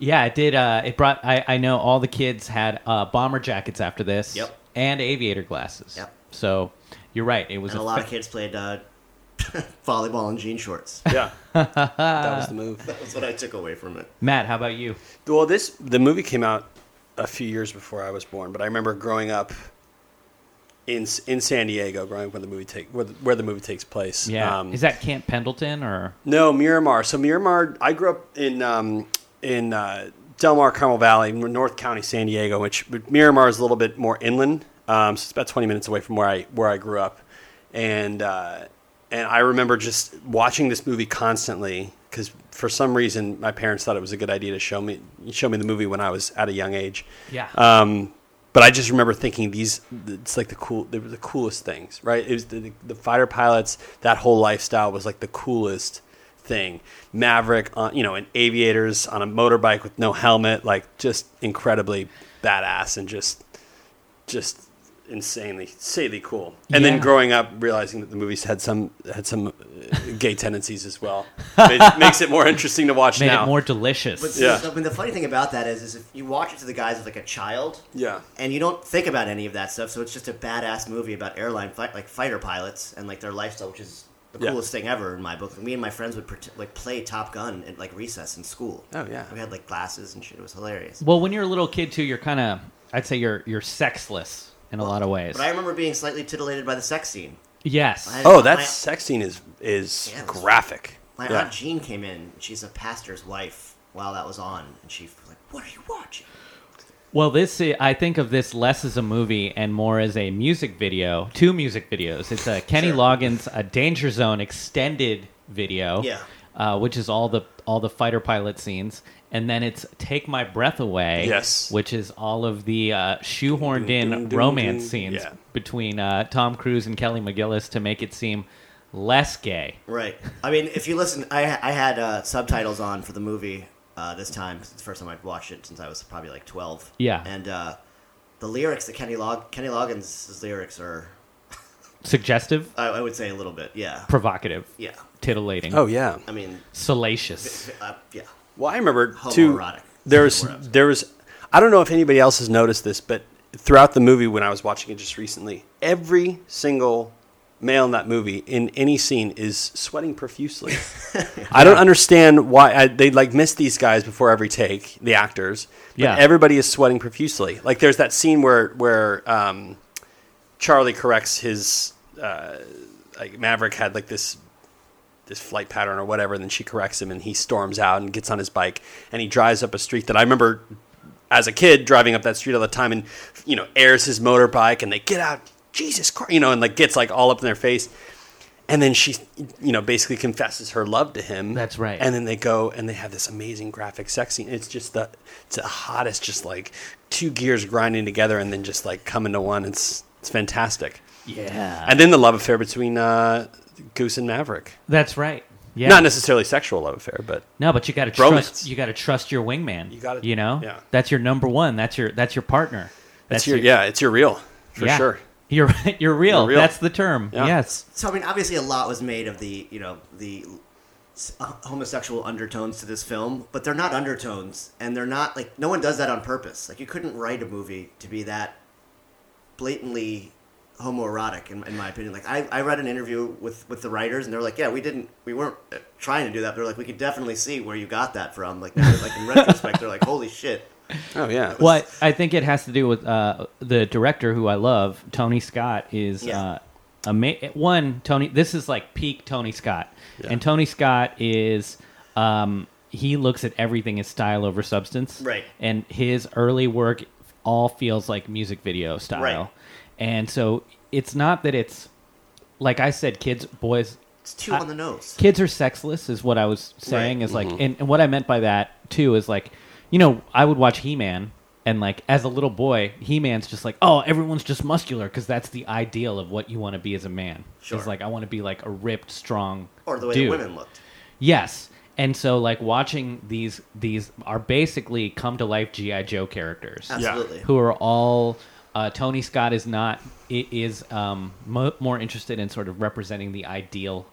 Speaker 1: Yeah, it did. Uh, it brought. I, I know all the kids had uh, bomber jackets after this.
Speaker 2: Yep.
Speaker 1: And aviator glasses.
Speaker 2: Yep.
Speaker 1: So you're right. It was
Speaker 2: And
Speaker 1: a
Speaker 2: a lot
Speaker 1: fa-
Speaker 2: of kids played uh, (laughs) volleyball in jean shorts.
Speaker 3: (laughs) Yeah. that was the move.
Speaker 2: That's what I took away from it.
Speaker 1: (laughs) Matt, how about you?
Speaker 3: Well, this the movie came out a few years before I was born, but I remember growing up in S- in San Diego, growing up when the movie take where the, where the movie takes place. Um,
Speaker 1: Yeah.
Speaker 2: Um,
Speaker 1: Is that Camp Pendleton or?
Speaker 3: no Miramar? So Miramar, I grew up in um, in uh, Del Mar, Carmel Valley, n- North County, San Diego, which but Miramar is a little bit more inland, um, so it's about twenty minutes away from where I where I grew up, and uh, and I remember just watching this movie constantly because for some reason my parents thought it was a good idea to show me show me the movie when I was at a young age.
Speaker 1: Yeah.
Speaker 2: Uh,
Speaker 3: Um, but I just remember thinking these. It's like the cool. They were the coolest things, right? It was the, the fighter pilots. That whole lifestyle was like the coolest thing. Maverick, on, you know, and aviators on a motorbike with no helmet, like just incredibly badass and just, just insanely, insanely cool. And then
Speaker 1: Yeah.
Speaker 3: growing up, realizing that the movies had some had some uh, gay tendencies as well, it makes it more interesting to watch
Speaker 1: Made
Speaker 3: now.
Speaker 1: it more delicious.
Speaker 2: But
Speaker 3: Yeah.
Speaker 2: so, I mean, the funny thing about that is, is if you watch it to the guise of like a child,
Speaker 3: yeah,
Speaker 2: and you don't think about any of that stuff, so it's just a badass movie about airline fight like fighter pilots and like their lifestyle, which is the
Speaker 3: Yeah.
Speaker 2: coolest thing ever in my book. Me and my friends would pret like play Top Gun at like recess in school.
Speaker 3: Oh, yeah.
Speaker 2: we had like glasses and shit. It was hilarious.
Speaker 1: well, when you're a little kid too, you're kind of I'd say you're you're sexless in a lot of ways.
Speaker 2: But I remember being slightly titillated by the sex scene.
Speaker 1: yes.
Speaker 2: I-
Speaker 3: Oh, that
Speaker 2: My-
Speaker 3: sex scene is is
Speaker 2: Yeah, it was-
Speaker 3: graphic.
Speaker 2: My
Speaker 3: yeah.
Speaker 2: aunt Jean came in. She's a pastor's wife. While that was on, and she was like, "What are you watching?"
Speaker 1: Well, this i- I think of this less as a movie and more as a music video. Two music videos. It's a Kenny
Speaker 2: Sure.
Speaker 1: Loggins a Danger Zone extended video.
Speaker 2: Yeah.
Speaker 1: Uh, which is all the all the fighter pilot scenes, and then it's "Take My Breath Away,"
Speaker 3: Yes.
Speaker 1: which is all of the uh, shoehorned in
Speaker 3: Dun, dun, dun,
Speaker 1: romance
Speaker 3: dun.
Speaker 1: scenes
Speaker 3: Yeah.
Speaker 1: between uh, Tom Cruise and Kelly McGillis to make it seem less gay.
Speaker 2: Right. I mean, if you listen, I I had uh, subtitles on for the movie uh, this time. 'cause It's the first time I'd watched it since I was probably like twelve.
Speaker 1: Yeah.
Speaker 2: And uh, the lyrics that Kenny Log Kenny Loggins' lyrics are,
Speaker 1: Suggestive,
Speaker 2: I, I would say, a little bit. Yeah.
Speaker 1: provocative,
Speaker 2: Yeah.
Speaker 1: titillating,
Speaker 3: Oh yeah.
Speaker 2: I mean,
Speaker 1: salacious.
Speaker 2: uh, yeah.
Speaker 3: Well, I remember too.
Speaker 2: Homoerotic.
Speaker 3: There was there was. I don't know if anybody else has noticed this, but throughout the movie, when I was watching it just recently, every single male in that movie in any scene is sweating profusely. I don't understand why I, they like miss these guys before every take. The actors, but
Speaker 1: Yeah.
Speaker 3: everybody is sweating profusely. Like there's that scene where where um, Charlie corrects his uh, like Maverick had like this this flight pattern or whatever. And then she corrects him, and he storms out and gets on his bike, and he drives up a street that I remember as a kid driving up that street all the time, and you know airs his motorbike, and they get out, Jesus Christ, you know, and like gets like all up in their face. And then she, you know, basically confesses her love to him.
Speaker 1: That's right.
Speaker 3: And then they go and they have this amazing graphic sex scene. It's just the, it's the hottest, just like two gears grinding together and then just like coming to one. It's it's fantastic.
Speaker 1: Yeah,
Speaker 3: And then the love affair between uh, Goose and Maverick.
Speaker 1: that's right. Yeah,
Speaker 3: Not necessarily sexual love affair, but
Speaker 1: No, but you got to
Speaker 3: Bromance.
Speaker 1: trust. You got to trust your wingman. You
Speaker 3: gotta-
Speaker 1: You know,
Speaker 3: yeah.
Speaker 1: That's your number one. That's your that's your partner.
Speaker 3: it's your, yeah, it's your real for
Speaker 1: yeah.
Speaker 3: sure.
Speaker 1: You're (laughs) you're real.
Speaker 3: You're real.
Speaker 1: That's the term.
Speaker 3: Yeah.
Speaker 1: Yes.
Speaker 2: So I mean, obviously, a lot was made of the you know the s- uh, homosexual undertones to this film, but they're not undertones, and they're not like no one does that on purpose. Like you couldn't write a movie to be that blatantly homoerotic, in, in my opinion. Like I, I read an interview with with the writers, and they're like, yeah, we didn't, we weren't uh, trying to do that. They're like, we could definitely see where you got that from. Like now, like in retrospect, they're like, holy shit.
Speaker 3: Oh yeah.
Speaker 1: Well, I I think it has to do with uh, the director who I love, Tony Scott, is
Speaker 2: Yeah.
Speaker 1: uh, ama- one Tony. This is like peak Tony Scott,
Speaker 3: Yeah.
Speaker 1: and Tony Scott is um, he looks at everything as style over substance,
Speaker 2: Right.
Speaker 1: And his early work all feels like music video style,
Speaker 2: Right.
Speaker 1: and so it's not that it's like I said, kids, boys,
Speaker 2: It's too on the nose.
Speaker 1: kids are sexless is what i was saying
Speaker 2: Right. Mm-hmm.
Speaker 1: is like and, and what i meant by that too is like you know i would watch he-man and like as a little boy he-man's just like oh everyone's just muscular because that's the ideal of what you want to be as a man
Speaker 2: Sure.
Speaker 1: it's like i want to be like a ripped strong
Speaker 2: Or the way
Speaker 1: dude.
Speaker 2: the women looked.
Speaker 1: yes and so like watching these these are basically come to life gi joe characters
Speaker 2: Absolutely.
Speaker 1: who are all uh, Tony Scott is not i- is um, mo- more interested in sort of representing the ideal,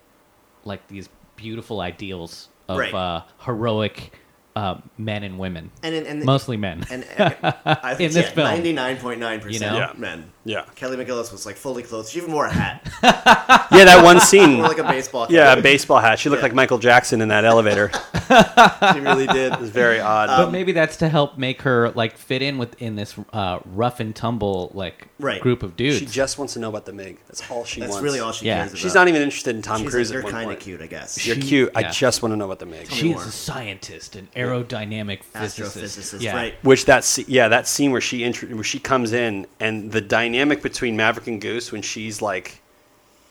Speaker 1: like these beautiful ideals of
Speaker 2: Right.
Speaker 1: uh, heroic uh, men and women,
Speaker 2: And, and, and
Speaker 1: mostly men. (laughs)
Speaker 2: and I,
Speaker 1: In this film.
Speaker 2: ninety nine point nine
Speaker 1: You
Speaker 2: percent
Speaker 1: know?
Speaker 3: Yeah.
Speaker 2: men.
Speaker 3: Yeah.
Speaker 2: Kelly McGillis was like fully clothed. She even wore a
Speaker 3: (laughs)
Speaker 2: hat,
Speaker 3: Yeah, that one scene.
Speaker 2: more (laughs) like a baseball.
Speaker 3: (laughs) yeah, a
Speaker 2: cap.
Speaker 3: baseball hat. She looked
Speaker 2: Yeah.
Speaker 3: like Michael Jackson in that
Speaker 2: (laughs)
Speaker 3: elevator. she really did. It was very odd.
Speaker 2: um,
Speaker 1: but maybe that's to help make her like fit in within this uh, rough and tumble like
Speaker 2: Right.
Speaker 1: group of dudes.
Speaker 3: she just wants to know about the Mig. That's all she
Speaker 2: That's
Speaker 3: wants.
Speaker 2: really all she
Speaker 1: Yeah.
Speaker 2: cares about.
Speaker 3: She's not even interested in Tom
Speaker 2: She's
Speaker 3: Cruise.
Speaker 2: like, you're
Speaker 3: kind
Speaker 2: kind of cute, I guess.
Speaker 3: You're
Speaker 1: She-
Speaker 3: cute.
Speaker 1: yeah.
Speaker 3: I just want to know about the Mig.
Speaker 1: She
Speaker 2: more.
Speaker 1: is a scientist, an aerodynamic physicist.
Speaker 2: (laughs) astrophysicist,
Speaker 1: Yeah.
Speaker 2: right?
Speaker 3: Which that sce- yeah that scene where she intro- where she comes in and the dynamic between Maverick and Goose when she's like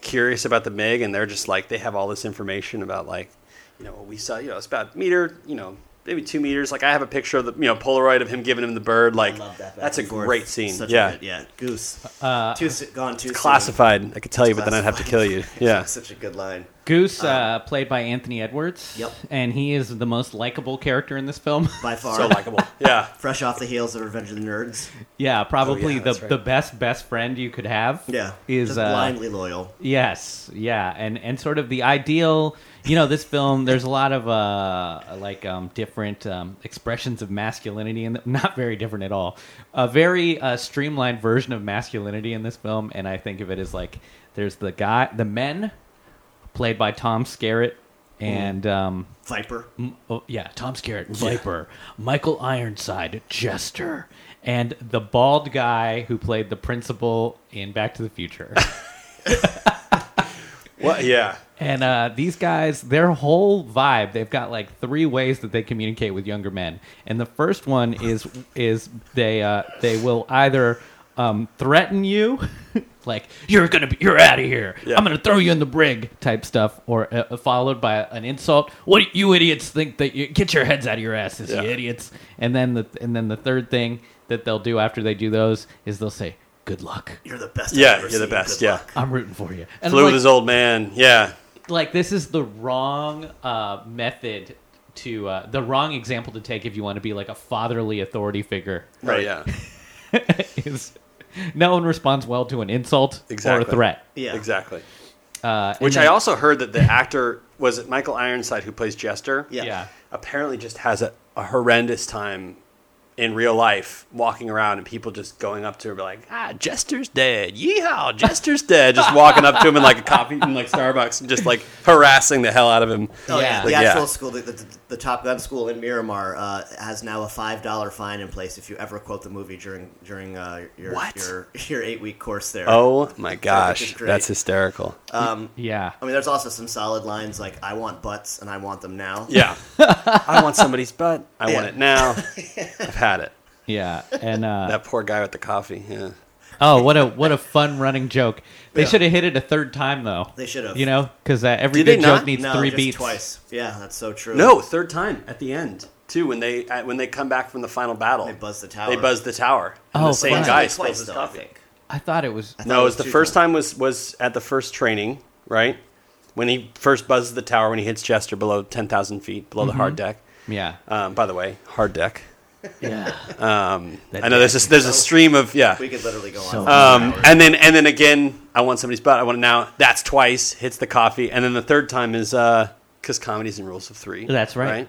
Speaker 3: curious about the Mig and they're just like they have all this information about like you know what we saw you know it's about a meter you know maybe two meters like I have a picture of the you know Polaroid of him giving him the bird like
Speaker 2: I love that. back
Speaker 3: that's a
Speaker 2: and forth.
Speaker 3: great scene
Speaker 2: Such a
Speaker 3: yeah
Speaker 2: good- yeah. Goose. Uh, too, so- gone too soon. (laughs)
Speaker 3: classified I could tell you but then I'd have to kill you yeah
Speaker 2: Such a good line.
Speaker 1: Goose, uh, played by Anthony Edwards.
Speaker 2: Um, Yep.
Speaker 1: And he is the most likable character in this film. (laughs)
Speaker 2: by far.
Speaker 3: So
Speaker 2: (laughs)
Speaker 3: likable. Yeah.
Speaker 2: Fresh off the heels of Revenge of the Nerds.
Speaker 1: yeah, probably the,
Speaker 3: that's right.
Speaker 1: the best best friend you could have.
Speaker 2: Yeah.
Speaker 1: Is
Speaker 2: Just
Speaker 1: uh,
Speaker 2: blindly loyal.
Speaker 1: Yes, yeah, and and sort of the ideal. You know, this film. There's a lot of uh, like um, different um, expressions of masculinity, and not very different at all. A very uh, streamlined version of masculinity in this film, and I think of it as like there's the guy, the men, played by Tom Skerritt, and um,
Speaker 2: Viper.
Speaker 1: M- oh, yeah, Tom Skerritt, Viper, Michael Ironside, Jester, and the bald guy who played the principal in Back to the Future. (laughs)
Speaker 3: What? Yeah.
Speaker 1: And uh, these guys, their whole vibe, they've got like three ways that they communicate with younger men. And the first one is is they uh, they will either um, threaten you, (laughs) like you're gonna be, you're out of here,
Speaker 3: Yeah.
Speaker 1: I'm gonna throw you in the brig type stuff, or uh, followed by an insult. What do you idiots think that you get your heads out of your asses,
Speaker 3: Yeah.
Speaker 1: you idiots? And then the and then the third thing that they'll do after they do those is they'll say, "Good luck,
Speaker 2: You're the best. I've
Speaker 3: Yeah,
Speaker 2: ever
Speaker 3: you're the
Speaker 2: seen.
Speaker 3: best.
Speaker 2: Good
Speaker 3: Yeah.
Speaker 2: luck.
Speaker 1: I'm rooting for you." And I'm
Speaker 3: Flew
Speaker 1: like,
Speaker 3: with his old man. Yeah.
Speaker 1: like this is the wrong uh, method to uh, the wrong example to take if you want to be like a fatherly authority figure. (laughs)
Speaker 3: Right. yeah.
Speaker 1: is no one responds well to an insult
Speaker 3: Exactly.
Speaker 1: or a threat.
Speaker 2: Yeah.
Speaker 3: Exactly.
Speaker 1: Uh, and
Speaker 3: Which I
Speaker 1: then-
Speaker 3: also heard (laughs) that the actor was it Michael Ironside who plays Jester.
Speaker 2: Yeah.
Speaker 1: yeah.
Speaker 3: Apparently, just has a, a horrendous time in real life walking around and people just going up to her, be like, "Ah, Jester's dead! Yeehaw, Jester's dead!" Just walking up to him in like a coffee in like Starbucks and just like harassing the hell out of him.
Speaker 2: Oh,
Speaker 1: Yeah.
Speaker 2: yeah. The
Speaker 3: Like, yeah.
Speaker 2: actual school, the, the, the Top Gun school in Miramar, uh, has now a five dollar fine in place if you ever quote the movie during during uh, your
Speaker 3: What?
Speaker 2: your your eight week course there.
Speaker 3: Oh my
Speaker 2: Which
Speaker 3: gosh,
Speaker 2: is great.
Speaker 3: that's hysterical.
Speaker 1: Yeah.
Speaker 2: I mean, there's also some solid lines like "I want butts and I want them now."
Speaker 3: yeah, (laughs) I want somebody's butt. I want
Speaker 2: Yeah.
Speaker 3: it (laughs) now. I've had it.
Speaker 1: Yeah. And uh,
Speaker 3: That poor guy with the coffee. Yeah.
Speaker 1: oh, what a what a fun running joke. They should have hit it a third time though.
Speaker 2: They should have.
Speaker 1: You know, because uh, every
Speaker 3: Did they
Speaker 1: good joke
Speaker 3: not?
Speaker 1: needs
Speaker 2: no,
Speaker 1: three
Speaker 2: just
Speaker 1: beats.
Speaker 2: twice. Yeah, that's so true.
Speaker 3: No, third time at the end too. When they at, when they come back from the final battle,
Speaker 2: They buzz the tower.
Speaker 3: They buzz the tower. and
Speaker 1: Oh,
Speaker 3: the same
Speaker 1: fine.
Speaker 3: guy
Speaker 2: Twice,
Speaker 3: spills his
Speaker 2: though, I
Speaker 3: coffee.
Speaker 2: think.
Speaker 1: I thought it was.
Speaker 2: I thought
Speaker 3: No, it was the
Speaker 2: two
Speaker 3: first
Speaker 2: times.
Speaker 3: time was was at the first training, right? When he first buzzes the tower when he hits Chester below ten thousand feet below
Speaker 1: Mm-hmm.
Speaker 3: the hard deck.
Speaker 1: Yeah.
Speaker 3: Um, by the way, hard deck.
Speaker 1: Yeah.
Speaker 3: Um,
Speaker 1: That
Speaker 3: I know there's a, there's a stream of yeah.
Speaker 2: We could literally go
Speaker 1: So-
Speaker 2: on.
Speaker 3: Um, (laughs) and then and then again, I want somebody's butt. I want it now. That's twice. Hits the coffee, and then the third time is uh, because comedies and rules of three.
Speaker 1: That's right.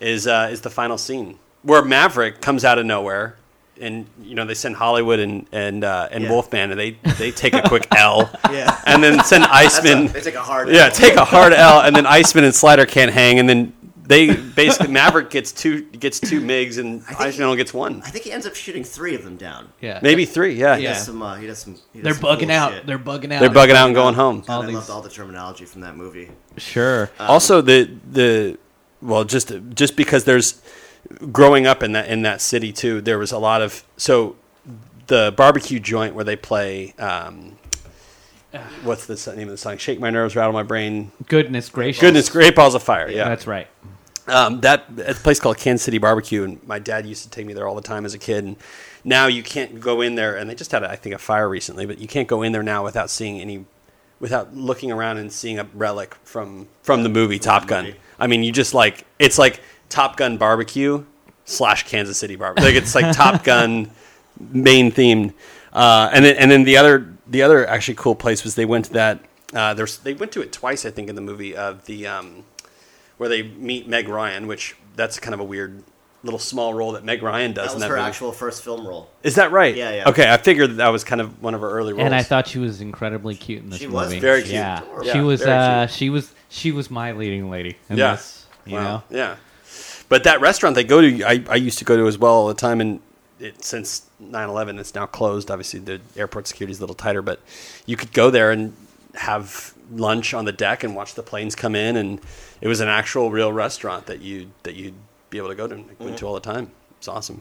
Speaker 3: Is uh, is the final scene where Maverick comes out of nowhere, and you know they send Hollywood and and uh, and
Speaker 2: Yeah.
Speaker 3: Wolfman, and they they take a
Speaker 2: (laughs)
Speaker 3: quick L,
Speaker 2: yeah,
Speaker 3: and then send
Speaker 2: That's a-
Speaker 3: Iceman.
Speaker 2: they take a hard.
Speaker 3: Yeah,
Speaker 2: L.
Speaker 3: take a hard L, and then Iceman and Slider can't hang, and then
Speaker 2: (laughs)
Speaker 3: they basically Maverick gets two gets two migs, and
Speaker 2: think
Speaker 3: Iceman only gets one,
Speaker 2: I think he ends up shooting three of them down.
Speaker 1: yeah.
Speaker 3: maybe three.
Speaker 2: He
Speaker 1: Yeah.
Speaker 2: does some. Uh, he does some. He does
Speaker 1: They're
Speaker 2: some
Speaker 1: bugging
Speaker 2: cool
Speaker 1: out.
Speaker 2: shit.
Speaker 1: They're bugging out.
Speaker 3: They're bugging out and going home.
Speaker 2: God,
Speaker 1: all
Speaker 2: I
Speaker 1: these-
Speaker 2: loved all the terminology from that movie.
Speaker 1: Sure.
Speaker 3: also the the well just just because there's growing up in that in that city too there was a lot of so the barbecue joint where they play um what's the s- name of the song shake my nerves rattle my brain
Speaker 1: Goodness gracious.
Speaker 3: goodness great balls of fire yeah
Speaker 1: That's right.
Speaker 3: um, that at a place called Kansas City Barbecue, and my dad used to take me there all the time as a kid. And now you can't go in there, and they just had, I think, a fire recently, but you can't go in there now without seeing any, without looking around and seeing a relic from from the movie Top Gun.
Speaker 2: movie.
Speaker 3: I mean, you just like it's like Top Gun barbecue slash Kansas City barbecue. Like it's (laughs) like Top Gun main themed. Uh, and then and then the other the other actually cool place was they went to that. Uh, there's they went to it twice, I think, in the movie of the. Um, where they meet Meg Ryan, which that's kind of a weird little small role that Meg Ryan does
Speaker 2: That
Speaker 3: in
Speaker 2: was
Speaker 3: that
Speaker 2: her
Speaker 3: movie.
Speaker 2: actual first film role.
Speaker 3: Is that right?
Speaker 2: Yeah, yeah.
Speaker 3: Okay, I figured that, that was kind of one of her early roles.
Speaker 1: And I thought she was incredibly cute in this
Speaker 2: She
Speaker 1: movie.
Speaker 2: was very
Speaker 3: cute.
Speaker 1: Yeah,
Speaker 2: Adorable.
Speaker 1: she
Speaker 3: Yeah,
Speaker 1: was.
Speaker 3: very
Speaker 1: Uh,
Speaker 3: cute.
Speaker 1: she was. She was my leading lady. In
Speaker 3: Yeah.
Speaker 1: This, you
Speaker 3: Wow.
Speaker 1: know.
Speaker 3: Yeah. But that restaurant they go to, I, I used to go to as well all the time, and it, since 9-11, it's now closed. Obviously, the airport security's a little tighter, but you could go there and have lunch on the deck and watch the planes come in, and it was an actual real restaurant that you that you'd be able to go to, and
Speaker 1: Mm-hmm.
Speaker 3: went to all the time. It's awesome.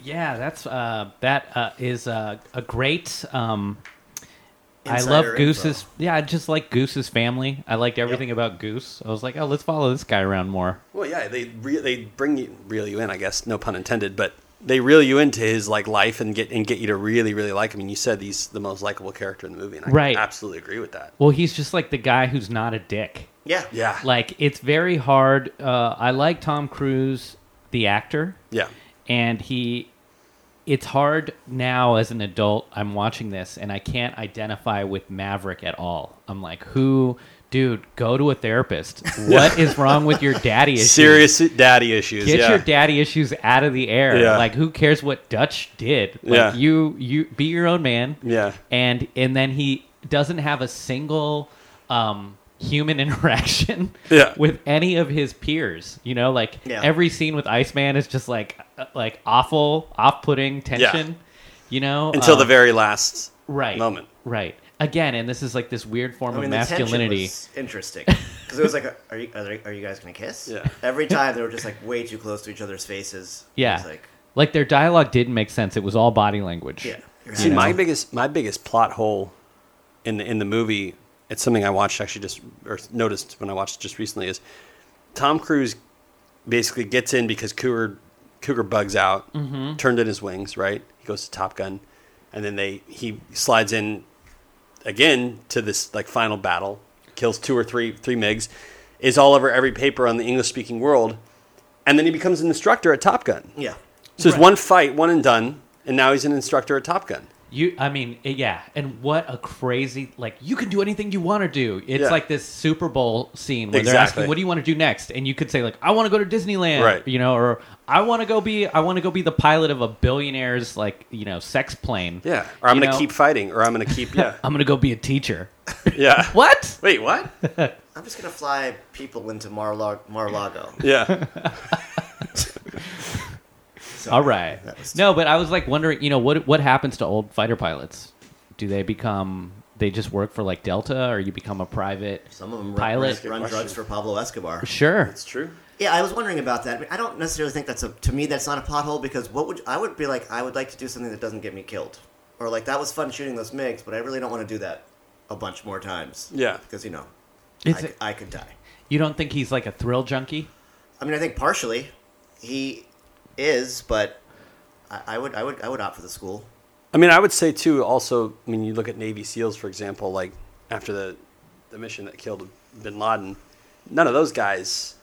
Speaker 1: Yeah, that's uh, that uh, is uh, a great. Um, I
Speaker 2: Insider
Speaker 1: love
Speaker 2: info.
Speaker 1: Goose's. Yeah, I just like Goose's family. I liked everything about Goose. I was like, oh, let's follow this guy around more.
Speaker 3: Well, yeah, they re- they bring you reel you in, I guess, no pun intended, but they reel you into his like life and get and get you to really really like him. And you said he's the most likable character in the movie, and I
Speaker 1: Right.
Speaker 3: absolutely agree with that.
Speaker 1: Well, he's just like the guy who's not a dick.
Speaker 2: Yeah.
Speaker 3: Yeah,
Speaker 1: Like it's very hard. Uh, I like Tom Cruise, the actor,
Speaker 3: yeah,
Speaker 1: and he. It's hard now as an adult. I'm watching this and I can't identify with Maverick at all. I'm like, who, dude? Go to a
Speaker 3: (laughs)
Speaker 1: therapist. What is wrong with your daddy issues?
Speaker 3: serious daddy issues.
Speaker 1: Get
Speaker 3: yeah.
Speaker 1: your daddy issues out of the air.
Speaker 3: Yeah.
Speaker 1: Like, who cares what Dutch did? Like,
Speaker 3: Yeah.
Speaker 1: you you be your own man.
Speaker 3: Yeah.
Speaker 1: and and then he doesn't have a single um, human (laughs) interaction
Speaker 3: Yeah.
Speaker 1: with any of his peers. You know, like
Speaker 2: Yeah.
Speaker 1: every scene with Iceman is just like uh, like awful, off-putting tension. You know,
Speaker 3: until the
Speaker 1: Um,
Speaker 3: very last
Speaker 1: right
Speaker 3: moment.
Speaker 1: Right again, and this is like this weird form
Speaker 2: I mean,
Speaker 1: of
Speaker 2: the tension
Speaker 1: masculinity.
Speaker 2: was interesting because it was like, are you are, they, are you guys gonna kiss?
Speaker 3: Yeah.
Speaker 2: Every time they were just like way too close to each other's faces. It
Speaker 1: Yeah.
Speaker 2: was like
Speaker 1: Like their dialogue didn't make sense. It was all body language.
Speaker 2: yeah. you're
Speaker 3: See,
Speaker 2: out.
Speaker 3: my biggest my biggest plot hole in the, in the movie, it's something I watched actually just or noticed when I watched just recently is Tom Cruise basically gets in because Cougar Cougar bugs out, turned in his wings, right? He goes to Top Gun, and then they he slides in again to this like final battle, kills two or three three MIGs, is all over every paper on the English speaking world, and then he becomes an instructor at Top Gun.
Speaker 2: yeah.
Speaker 3: So it's
Speaker 1: Right.
Speaker 3: one fight, one and done, and now he's an instructor at Top Gun.
Speaker 1: You, I mean, it- yeah, and what a crazy like you can do anything you want to do. It's
Speaker 3: Yeah.
Speaker 1: like this Super Bowl scene where they're
Speaker 3: Exactly.
Speaker 1: asking, "What do you want to do next?" And you could say like, "I want to go to Disneyland,"
Speaker 3: Right.
Speaker 1: You know, or "I want to go be, I want to go be the pilot of a billionaire's like you know sex plane."
Speaker 3: Yeah. Or I'm
Speaker 1: You
Speaker 3: going to
Speaker 1: know?
Speaker 3: keep fighting, or I'm going to keep, yeah.
Speaker 1: I'm gonna go be a teacher.
Speaker 3: yeah.
Speaker 1: what?
Speaker 3: Wait, what?
Speaker 2: I'm just gonna fly people into Mar-Lago. Mar-Lago.
Speaker 3: Yeah.
Speaker 1: All
Speaker 3: (laughs)
Speaker 1: right.
Speaker 2: That was-
Speaker 1: No, but I was like wondering, you know, what what happens to old fighter pilots? Do they become they just work for like Delta, or you become a private?
Speaker 2: Some of them
Speaker 1: Pilot.
Speaker 2: run, run drugs for Pablo Escobar.
Speaker 1: Sure.
Speaker 3: That's true.
Speaker 2: Yeah, I was wondering about that. I, mean, I don't necessarily think that's a to me that's not a pothole because what would I would be like? I would like to do something that doesn't get me killed, or like that was fun shooting those MIGs, but I really don't want to do that a bunch more times.
Speaker 3: Yeah.
Speaker 2: because you know,
Speaker 1: It's-
Speaker 2: I, I could die.
Speaker 1: You don't think he's like a thrill junkie?
Speaker 2: I mean, I think partially he is, but I, I would I would I would opt for the school.
Speaker 3: I mean, I would say, too, also, I mean, you look at Navy SEALs, for example, like after the, the mission that killed bin Laden, none of those guys.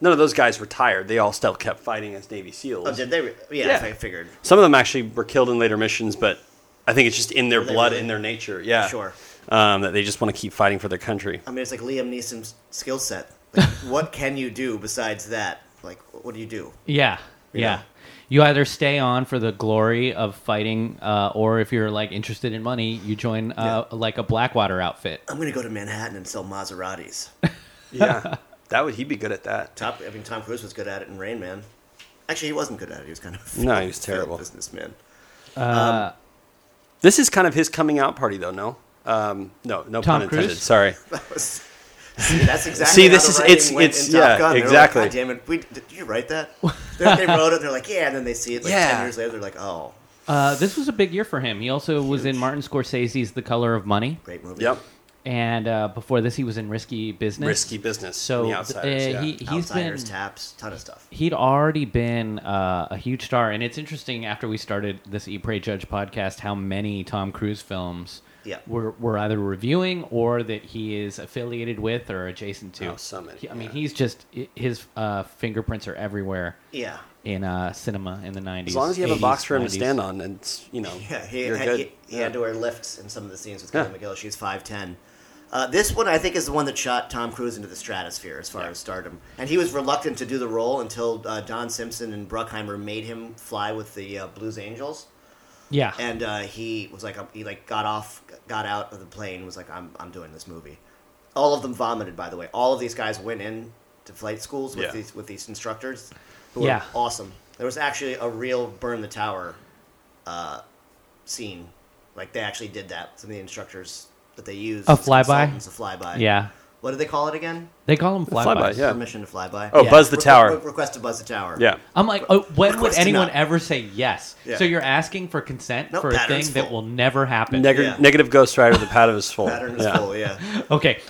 Speaker 3: None of those guys retired. They all still kept fighting as Navy SEALs.
Speaker 2: Oh, did they? re- Yeah,
Speaker 3: Yeah.
Speaker 2: I figured.
Speaker 3: Some of them actually were killed in later missions, but I think it's just in their
Speaker 2: They
Speaker 3: blood,
Speaker 2: really-
Speaker 3: in their nature. Yeah,
Speaker 2: Sure.
Speaker 3: Um, that they just want to keep fighting for their country.
Speaker 2: I mean, it's like Liam Neeson's skill set. Like,
Speaker 3: (laughs)
Speaker 2: what can you do besides that? Like, what do you do?
Speaker 1: Yeah, yeah.
Speaker 2: Yeah.
Speaker 1: You either stay on for the glory of fighting, uh, or if you're like interested in money, you join uh, like a Blackwater outfit.
Speaker 2: I'm gonna go to Manhattan and sell Maseratis.
Speaker 3: Yeah, (laughs) that would he'd be good at that.
Speaker 2: Top, I mean, Tom Cruise was good at it in Rain Man. Actually, he wasn't good at it. He was kind of a
Speaker 3: No, he
Speaker 2: failed-
Speaker 3: was terrible.
Speaker 2: failed (laughs) businessman.
Speaker 3: This is kind of his coming out party, though. No, um, no, no
Speaker 1: Tom
Speaker 3: pun intended.
Speaker 1: Cruise?
Speaker 3: Sorry.
Speaker 2: That was- See, that's exactly.
Speaker 3: See,
Speaker 2: how
Speaker 3: this
Speaker 2: the
Speaker 3: is-
Speaker 2: writing
Speaker 3: it's-
Speaker 2: went
Speaker 3: it's-
Speaker 2: in Top
Speaker 3: yeah,
Speaker 2: Gun. They were
Speaker 3: exactly.
Speaker 2: Like, God damn it! We, did you write that? They, they wrote it. They're like, yeah, and then they see it like
Speaker 3: Yeah.
Speaker 2: ten years later. They're like, oh,
Speaker 1: Uh, this was a big year for him. He also was in Martin Scorsese's The Color of Money,
Speaker 2: great movie.
Speaker 3: Yep.
Speaker 1: and uh, before this, he was in Risky Business.
Speaker 3: Risky business.
Speaker 1: So
Speaker 3: the
Speaker 1: uh,
Speaker 3: outsiders. yeah.
Speaker 1: he he's been
Speaker 2: Outsiders, taps, ton of stuff.
Speaker 1: he'd already been uh, a huge star, and it's interesting after we started this E Pray Judge podcast how many Tom Cruise films
Speaker 2: Yeah.
Speaker 1: were were either reviewing or that he is affiliated with or adjacent to.
Speaker 3: Oh, so many,
Speaker 1: He- I mean,
Speaker 3: yeah.
Speaker 1: he's just i- his uh, fingerprints are everywhere
Speaker 2: Yeah,
Speaker 1: in uh, cinema in the nineties.
Speaker 3: as long as you have a box for him to stand on, and it's, you know,
Speaker 2: yeah. He,
Speaker 3: you're
Speaker 2: had,
Speaker 3: good.
Speaker 2: he, he
Speaker 3: Yeah.
Speaker 2: had to wear lifts in some of the scenes with
Speaker 3: Yeah.
Speaker 2: Kelly McGill. She's five ten. Uh, this one, I think, is the one that shot Tom Cruise into the stratosphere as far as stardom. And he was reluctant to do the role until uh, Don Simpson and Bruckheimer made him fly with the uh, Blues Angels.
Speaker 1: Yeah,
Speaker 2: and uh, he was like he like got off got out of the plane was like I'm, I'm doing this movie all of them vomited by the way all of these guys went in to flight schools with
Speaker 3: Yeah.
Speaker 2: these with these instructors who were
Speaker 1: Yeah.
Speaker 2: awesome there was actually a real burn the tower uh, scene like they actually did that some of the instructors that they used
Speaker 1: A
Speaker 2: as
Speaker 1: flyby?
Speaker 2: consultants, a flyby
Speaker 1: yeah.
Speaker 2: what did they call it again
Speaker 1: They call him
Speaker 3: Flyby,
Speaker 1: flybys.
Speaker 3: yeah.
Speaker 2: permission to flyby
Speaker 3: Oh,
Speaker 1: Yeah.
Speaker 3: Buzz the
Speaker 2: Re-
Speaker 3: Tower.
Speaker 2: re- request to buzz the tower
Speaker 3: yeah.
Speaker 1: I'm like, oh, when would
Speaker 2: Request
Speaker 1: anyone
Speaker 2: not.
Speaker 1: ever say yes?
Speaker 2: Yeah.
Speaker 1: So you're asking for consent
Speaker 2: No,
Speaker 1: for a thing
Speaker 2: pattern's
Speaker 1: that
Speaker 2: full.
Speaker 1: will never happen.
Speaker 3: Neg-
Speaker 2: Yeah.
Speaker 3: (laughs) Negative Ghost Rider, the pattern is full.
Speaker 2: pattern is
Speaker 3: yeah.
Speaker 2: full yeah
Speaker 1: Okay.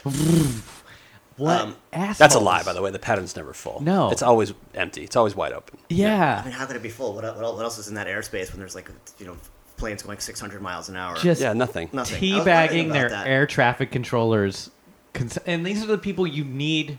Speaker 1: What
Speaker 2: Um,
Speaker 1: assholes.
Speaker 3: That's a lie, by the way. The pattern's never full.
Speaker 1: No.
Speaker 3: it's always empty. It's always wide open.
Speaker 2: I mean,
Speaker 1: Yeah.
Speaker 2: how could it be full? What, what else- what else is in that airspace when there's like you know planes going 600 miles an hour?
Speaker 1: Just
Speaker 3: Yeah, nothing.
Speaker 2: Nothing. I was wondering
Speaker 1: teabagging
Speaker 2: about
Speaker 1: their
Speaker 2: that.
Speaker 1: air traffic controllers. Cons- and these are the people you need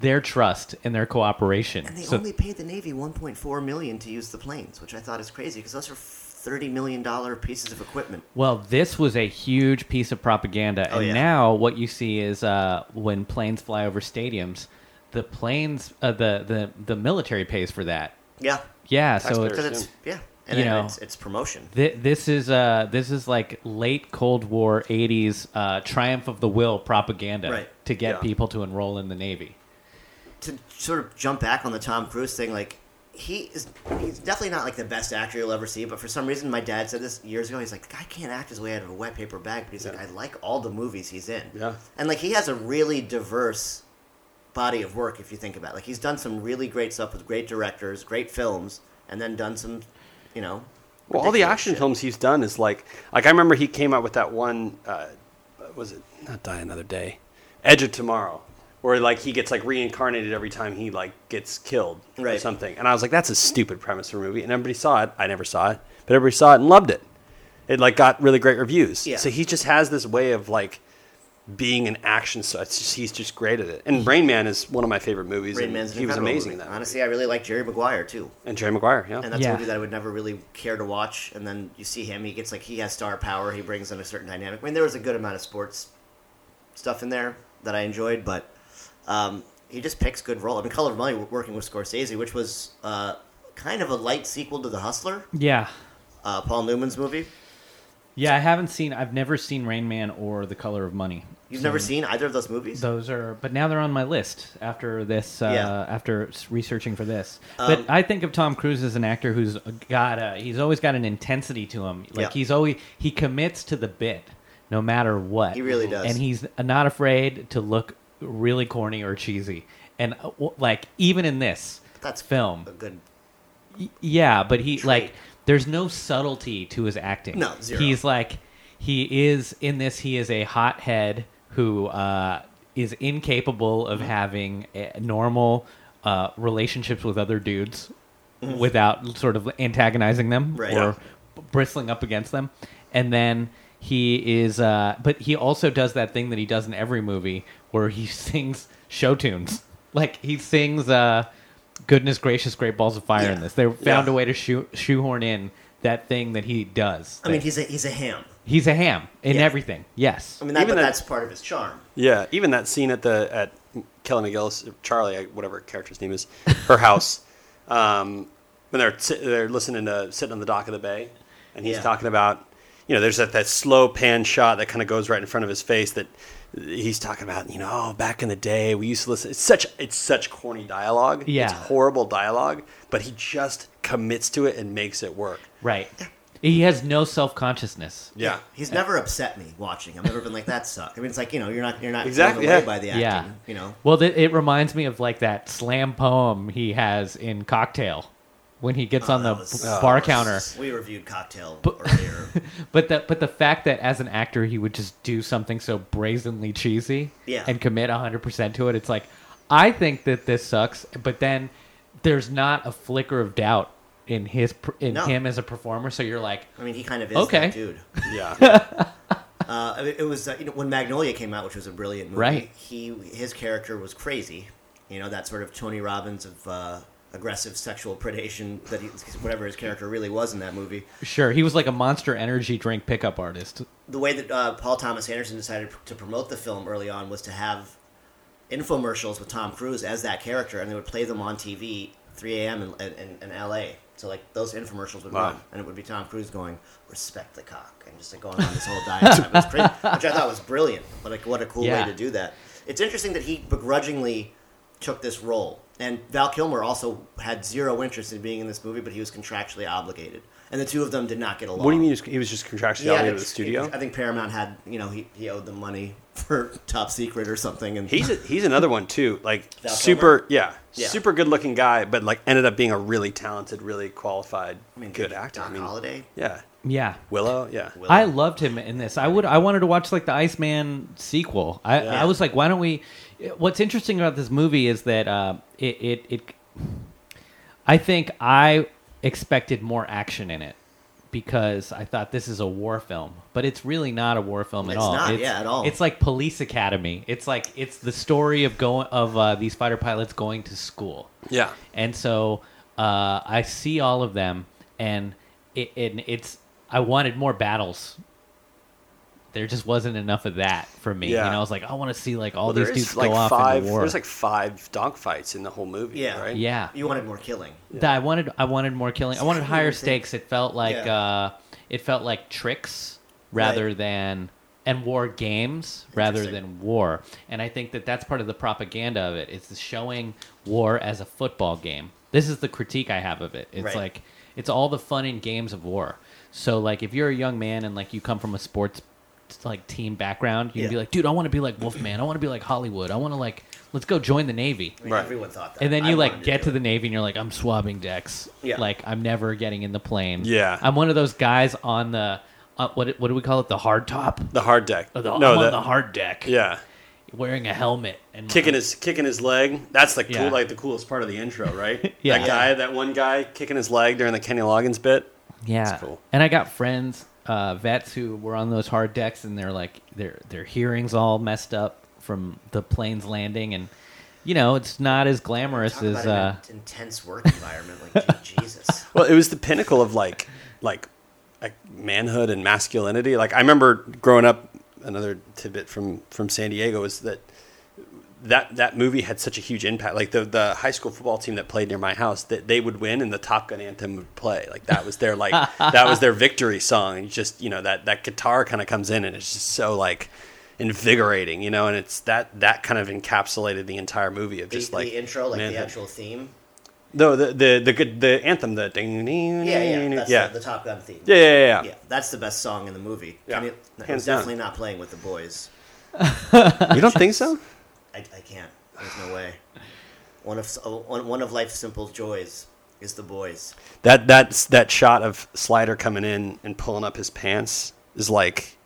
Speaker 1: their trust and their cooperation.
Speaker 2: And they
Speaker 1: So
Speaker 2: only paid the Navy 1.4 million to use the planes, which I thought is crazy because those are 30 million dollar pieces of equipment.
Speaker 1: Well, this was a huge piece of propaganda,
Speaker 2: Oh,
Speaker 1: and
Speaker 2: yeah.
Speaker 1: now what you see is uh, when planes fly over stadiums, the planes, uh, the the the military pays for that.
Speaker 2: Yeah,
Speaker 1: Yeah, so
Speaker 3: Taxpayers.
Speaker 1: it's,
Speaker 2: because it's yeah, and
Speaker 1: You
Speaker 2: then
Speaker 1: know.
Speaker 2: it's, it's promotion.
Speaker 1: th- this is uh, this is like late Cold War '80s uh, triumph of the will propaganda
Speaker 2: Right.
Speaker 1: to get
Speaker 3: Yeah.
Speaker 1: people to enroll in the Navy.
Speaker 2: To sort of jump back on the Tom Cruise thing, like he is he's definitely not like the best actor you'll ever see, but for some reason my dad said this years ago. He's like, the guy can't act his way out of a wet paper bag, but he's
Speaker 3: Yeah.
Speaker 2: like, I like all the movies he's in.
Speaker 3: Yeah.
Speaker 2: and like he has a really diverse body of work if you think about it. like he's done some really great stuff with great directors great films and then done some you know
Speaker 3: Well, all the
Speaker 2: ridiculous
Speaker 3: action
Speaker 2: shit.
Speaker 3: films he's done is like, like I remember he came out with that one, uh, what was it not Die Another Day, Edge of Tomorrow, where like he gets like reincarnated every time he like gets killed or
Speaker 2: Right.
Speaker 3: something. And I was like, that's a stupid premise for a movie, and everybody saw it. I never saw it, but everybody saw it and loved it. It like got really great reviews.
Speaker 2: Yeah.
Speaker 3: So he just has this way of like being an action star. It's just, he's just great at it. And Rain Man is one of my favorite movies.
Speaker 2: Rain
Speaker 3: and
Speaker 2: Man's an
Speaker 3: he was
Speaker 2: incredible
Speaker 3: amazing
Speaker 2: movie.
Speaker 3: in that.
Speaker 2: honestly i really like jerry maguire too
Speaker 3: And Jerry Maguire, yeah.
Speaker 2: and that's
Speaker 1: Yeah.
Speaker 2: a movie that i would never really care to watch and then you see him he gets like he has star power he brings in a certain dynamic i mean there was a good amount of sports stuff in there that i enjoyed but um, he just picks good role i mean color of money working with scorsese which was uh, kind of a light sequel to the hustler
Speaker 1: Yeah,
Speaker 2: uh, paul newman's movie
Speaker 1: yeah. I haven't seen. I've never seen Rain Man or The Color of Money.
Speaker 2: You've never seen either of those movies?
Speaker 1: Those are, but now they're on my list after this. Uh,
Speaker 2: Yeah. Um,
Speaker 1: After s- researching for this, but I think of Tom Cruise as an actor who's got a. He's always got an intensity to him. Like
Speaker 2: Yeah.
Speaker 1: he's always he commits to the bit, no matter what.
Speaker 2: He really does.
Speaker 1: and he's not afraid to look really corny or cheesy. And uh, w- like even in this
Speaker 2: That's
Speaker 1: film,
Speaker 2: A good.
Speaker 1: Y- Yeah, but he
Speaker 2: Trait.
Speaker 1: like there's no subtlety to his acting.
Speaker 2: No, zero.
Speaker 1: He's like he is in this. He is a hothead who uh, is incapable
Speaker 2: Mm-hmm.
Speaker 1: of having a normal uh, relationships with other dudes without sort of antagonizing them
Speaker 2: Mm-hmm. Right.
Speaker 1: or bristling up against them. And then he is, uh, but he also does that thing that he does in every movie where he (laughs) sings show tunes. Like he sings, uh, goodness gracious, great balls of fire in
Speaker 2: Yeah.
Speaker 1: this. They found a
Speaker 3: Yeah.
Speaker 1: way to shoe- shoehorn in that thing that he does.
Speaker 2: I mean, he's a he's a ham.
Speaker 1: he's a ham in
Speaker 2: Yeah.
Speaker 1: everything. Yes.
Speaker 2: I mean, that,
Speaker 3: Even
Speaker 2: but
Speaker 3: that-
Speaker 2: that's part of his charm.
Speaker 3: Yeah, even that scene at the at Kelly McGillis, Charlie, I- whatever her character's name is, her house, um, when they're sit, they're listening to sitting on the dock of the bay, and he's
Speaker 2: Yeah.
Speaker 3: talking about, you know, there's that, that slow pan shot that kind of goes right in front of his face that he's talking about, you know, oh, back in the day we used to listen. It's such it's such corny dialogue.
Speaker 1: Yeah.
Speaker 3: it's horrible dialogue, but he just commits to it and makes it work.
Speaker 1: Right. He has no self consciousness.
Speaker 3: Yeah,
Speaker 2: He's never upset me watching. him. I've never been like that sucked. I mean, it's like you know, you're not you're not
Speaker 3: Exactly,
Speaker 2: blown away
Speaker 3: yeah.
Speaker 2: by the acting. You know,
Speaker 1: Well, th- it reminds me of like that slam poem he has in Cocktail when he gets on the
Speaker 2: Oh, That was-
Speaker 1: b- bar
Speaker 2: that was-
Speaker 1: counter.
Speaker 2: We reviewed Cocktail
Speaker 1: But- (laughs)
Speaker 2: earlier.
Speaker 1: But the but the fact that as an actor he would just do something so brazenly cheesy
Speaker 2: Yeah.
Speaker 1: and commit 100% to it, it's like I think that this sucks, but then there's not a flicker of doubt in his pr- in
Speaker 2: No.
Speaker 1: him as a performer, so you're like,
Speaker 2: I mean, he kind of is
Speaker 1: Okay.
Speaker 2: that dude.
Speaker 3: yeah,
Speaker 2: Uh, I mean, it was uh, you know when Magnolia came out, which was a brilliant movie.
Speaker 1: Right.
Speaker 2: He his character was crazy. You know that sort of Tony Robbins of uh, aggressive sexual predation that he, whatever his character really was in that movie.
Speaker 1: sure, he was like a monster energy drink pickup artist.
Speaker 2: the way that uh, Paul Thomas Anderson decided to promote the film early on was to have infomercials with Tom Cruise as that character, and they would play them on TV 3 a.m. In, in, in L.A. So like those infomercials would
Speaker 3: Wow.
Speaker 2: run, and it would be Tom Cruise going "respect the cock" and just like going on this whole diatribe, It was crazy, which I thought was brilliant. But like, what a cool
Speaker 1: Yeah.
Speaker 2: way to do that. It's interesting that he begrudgingly took this role, and Val Kilmer also had zero interest in being in this movie, but he was contractually obligated, and the two of them did not get along.
Speaker 3: what do you mean he was, he was just contractually
Speaker 2: Yeah,
Speaker 3: obligated to the
Speaker 2: it's-
Speaker 3: studio?
Speaker 2: I think Paramount had, you know, he, he owed them money (laughs) for top secret or something. And (laughs)
Speaker 3: He's a, he's another one too. Like
Speaker 2: Val
Speaker 3: super,
Speaker 2: Kilmer?
Speaker 3: yeah,
Speaker 2: Yeah.
Speaker 3: super good looking guy, but like ended up being a really talented, really qualified, good actor.
Speaker 2: Doc
Speaker 3: I mean,
Speaker 2: Holliday.
Speaker 3: yeah,
Speaker 1: Yeah.
Speaker 3: Willow, yeah.
Speaker 2: Willow.
Speaker 1: I loved him in this. I would. I wanted to watch like the Iceman sequel. I,
Speaker 3: Yeah.
Speaker 1: I was like, why don't we? What's interesting about this movie is that uh, it, it it. I think I expected more action in it because I thought this is a war film, but it's really not a war film at
Speaker 2: It's
Speaker 1: all.
Speaker 2: not, yeah, at all.
Speaker 1: It's like Police Academy. It's like it's the story of going of uh, these fighter pilots going to school.
Speaker 3: Yeah.
Speaker 1: And so uh, I see all of them, and it, and it's I wanted more battles. There just wasn't enough of that for me.
Speaker 3: Yeah.
Speaker 1: You know, I was like, I want to see like all
Speaker 3: Well,
Speaker 1: these
Speaker 3: there
Speaker 1: dudes
Speaker 3: is
Speaker 1: go
Speaker 3: like
Speaker 1: off
Speaker 3: five.
Speaker 1: into war.
Speaker 3: There's like five dogfights in the whole movie.
Speaker 2: Yeah.
Speaker 3: right?
Speaker 1: yeah,
Speaker 2: You wanted more killing.
Speaker 1: That I wanted I wanted more killing. I wanted
Speaker 2: Exactly
Speaker 1: higher
Speaker 2: what I think.
Speaker 1: stakes. It felt like
Speaker 2: Yeah.
Speaker 1: uh, it felt like tricks rather
Speaker 2: Right.
Speaker 1: than and war games rather
Speaker 2: Interesting.
Speaker 1: than war. And I think that that's part of the propaganda of it. It's showing war as a football game. This is the critique I have of it. It's
Speaker 2: Right.
Speaker 1: like it's all the fun and games of war. So like if you're a young man and like you come from a sports like team background, you
Speaker 2: Yeah.
Speaker 1: can be like, dude, I want to be like Wolfman. I want to be like Hollywood. I want to like let's go join the Navy.
Speaker 2: I mean,
Speaker 3: Right.
Speaker 2: Everyone thought that.
Speaker 1: And then
Speaker 2: I
Speaker 1: you like
Speaker 2: wanted
Speaker 1: get
Speaker 2: do
Speaker 1: to the Navy and you're like, I'm swabbing decks.
Speaker 2: Yeah.
Speaker 1: Like I'm never getting in the plane.
Speaker 3: Yeah.
Speaker 1: I'm one of those guys on the uh, what what do we call it? The hard top.
Speaker 3: The hard deck.
Speaker 1: Or the,
Speaker 3: no,
Speaker 1: I'm
Speaker 3: Oh, the,
Speaker 1: on the hard deck.
Speaker 3: yeah,
Speaker 1: Wearing a helmet and
Speaker 3: kicking his kicking his leg. That's the cool,
Speaker 1: Yeah.
Speaker 3: like the coolest part of the intro, right?
Speaker 1: (laughs) Yeah.
Speaker 3: that guy, that one guy kicking his leg during the Kenny Loggins bit.
Speaker 1: Yeah.
Speaker 3: That's cool.
Speaker 1: And I got friends, uh, vets who were on those hard decks, and they're like their their hearings all messed up from the plane's landing, and you know it's not as
Speaker 2: it.
Speaker 1: glamorous
Speaker 2: Talk
Speaker 1: as
Speaker 2: about an
Speaker 1: uh,
Speaker 2: in- intense work environment. Like,
Speaker 3: (laughs)
Speaker 2: gee, Jesus.
Speaker 3: Well, it was the pinnacle of like like like manhood and masculinity. Like I remember growing up. Another tidbit from from San Diego is that that that movie had such a huge impact. Like the the high school football team that played near my house, that they would win and the Top Gun anthem would play. Like that was their like that was their victory song. And just you know that that guitar kind of comes in and it's just so like invigorating, you know. And it's that that kind of encapsulated the entire movie of
Speaker 2: The,
Speaker 3: just like
Speaker 2: the intro, like the
Speaker 3: manhood.
Speaker 2: actual
Speaker 3: (laughs)
Speaker 2: theme.
Speaker 3: No, the the the good the anthem, the ding ding
Speaker 2: Yeah, yeah. That's
Speaker 3: yeah.
Speaker 2: The, the Top Gun theme.
Speaker 3: Yeah, yeah, yeah, yeah.
Speaker 2: Yeah, that's the best song in the movie.
Speaker 3: Yeah.
Speaker 2: Can you- it
Speaker 3: Hands
Speaker 2: was
Speaker 3: down.
Speaker 2: definitely not playing with the boys.
Speaker 3: You don't think so?
Speaker 2: I, I can't. There's no way. One of one, one of life's simple joys is the boys.
Speaker 3: That that's that shot of Slider coming in and pulling up his pants is like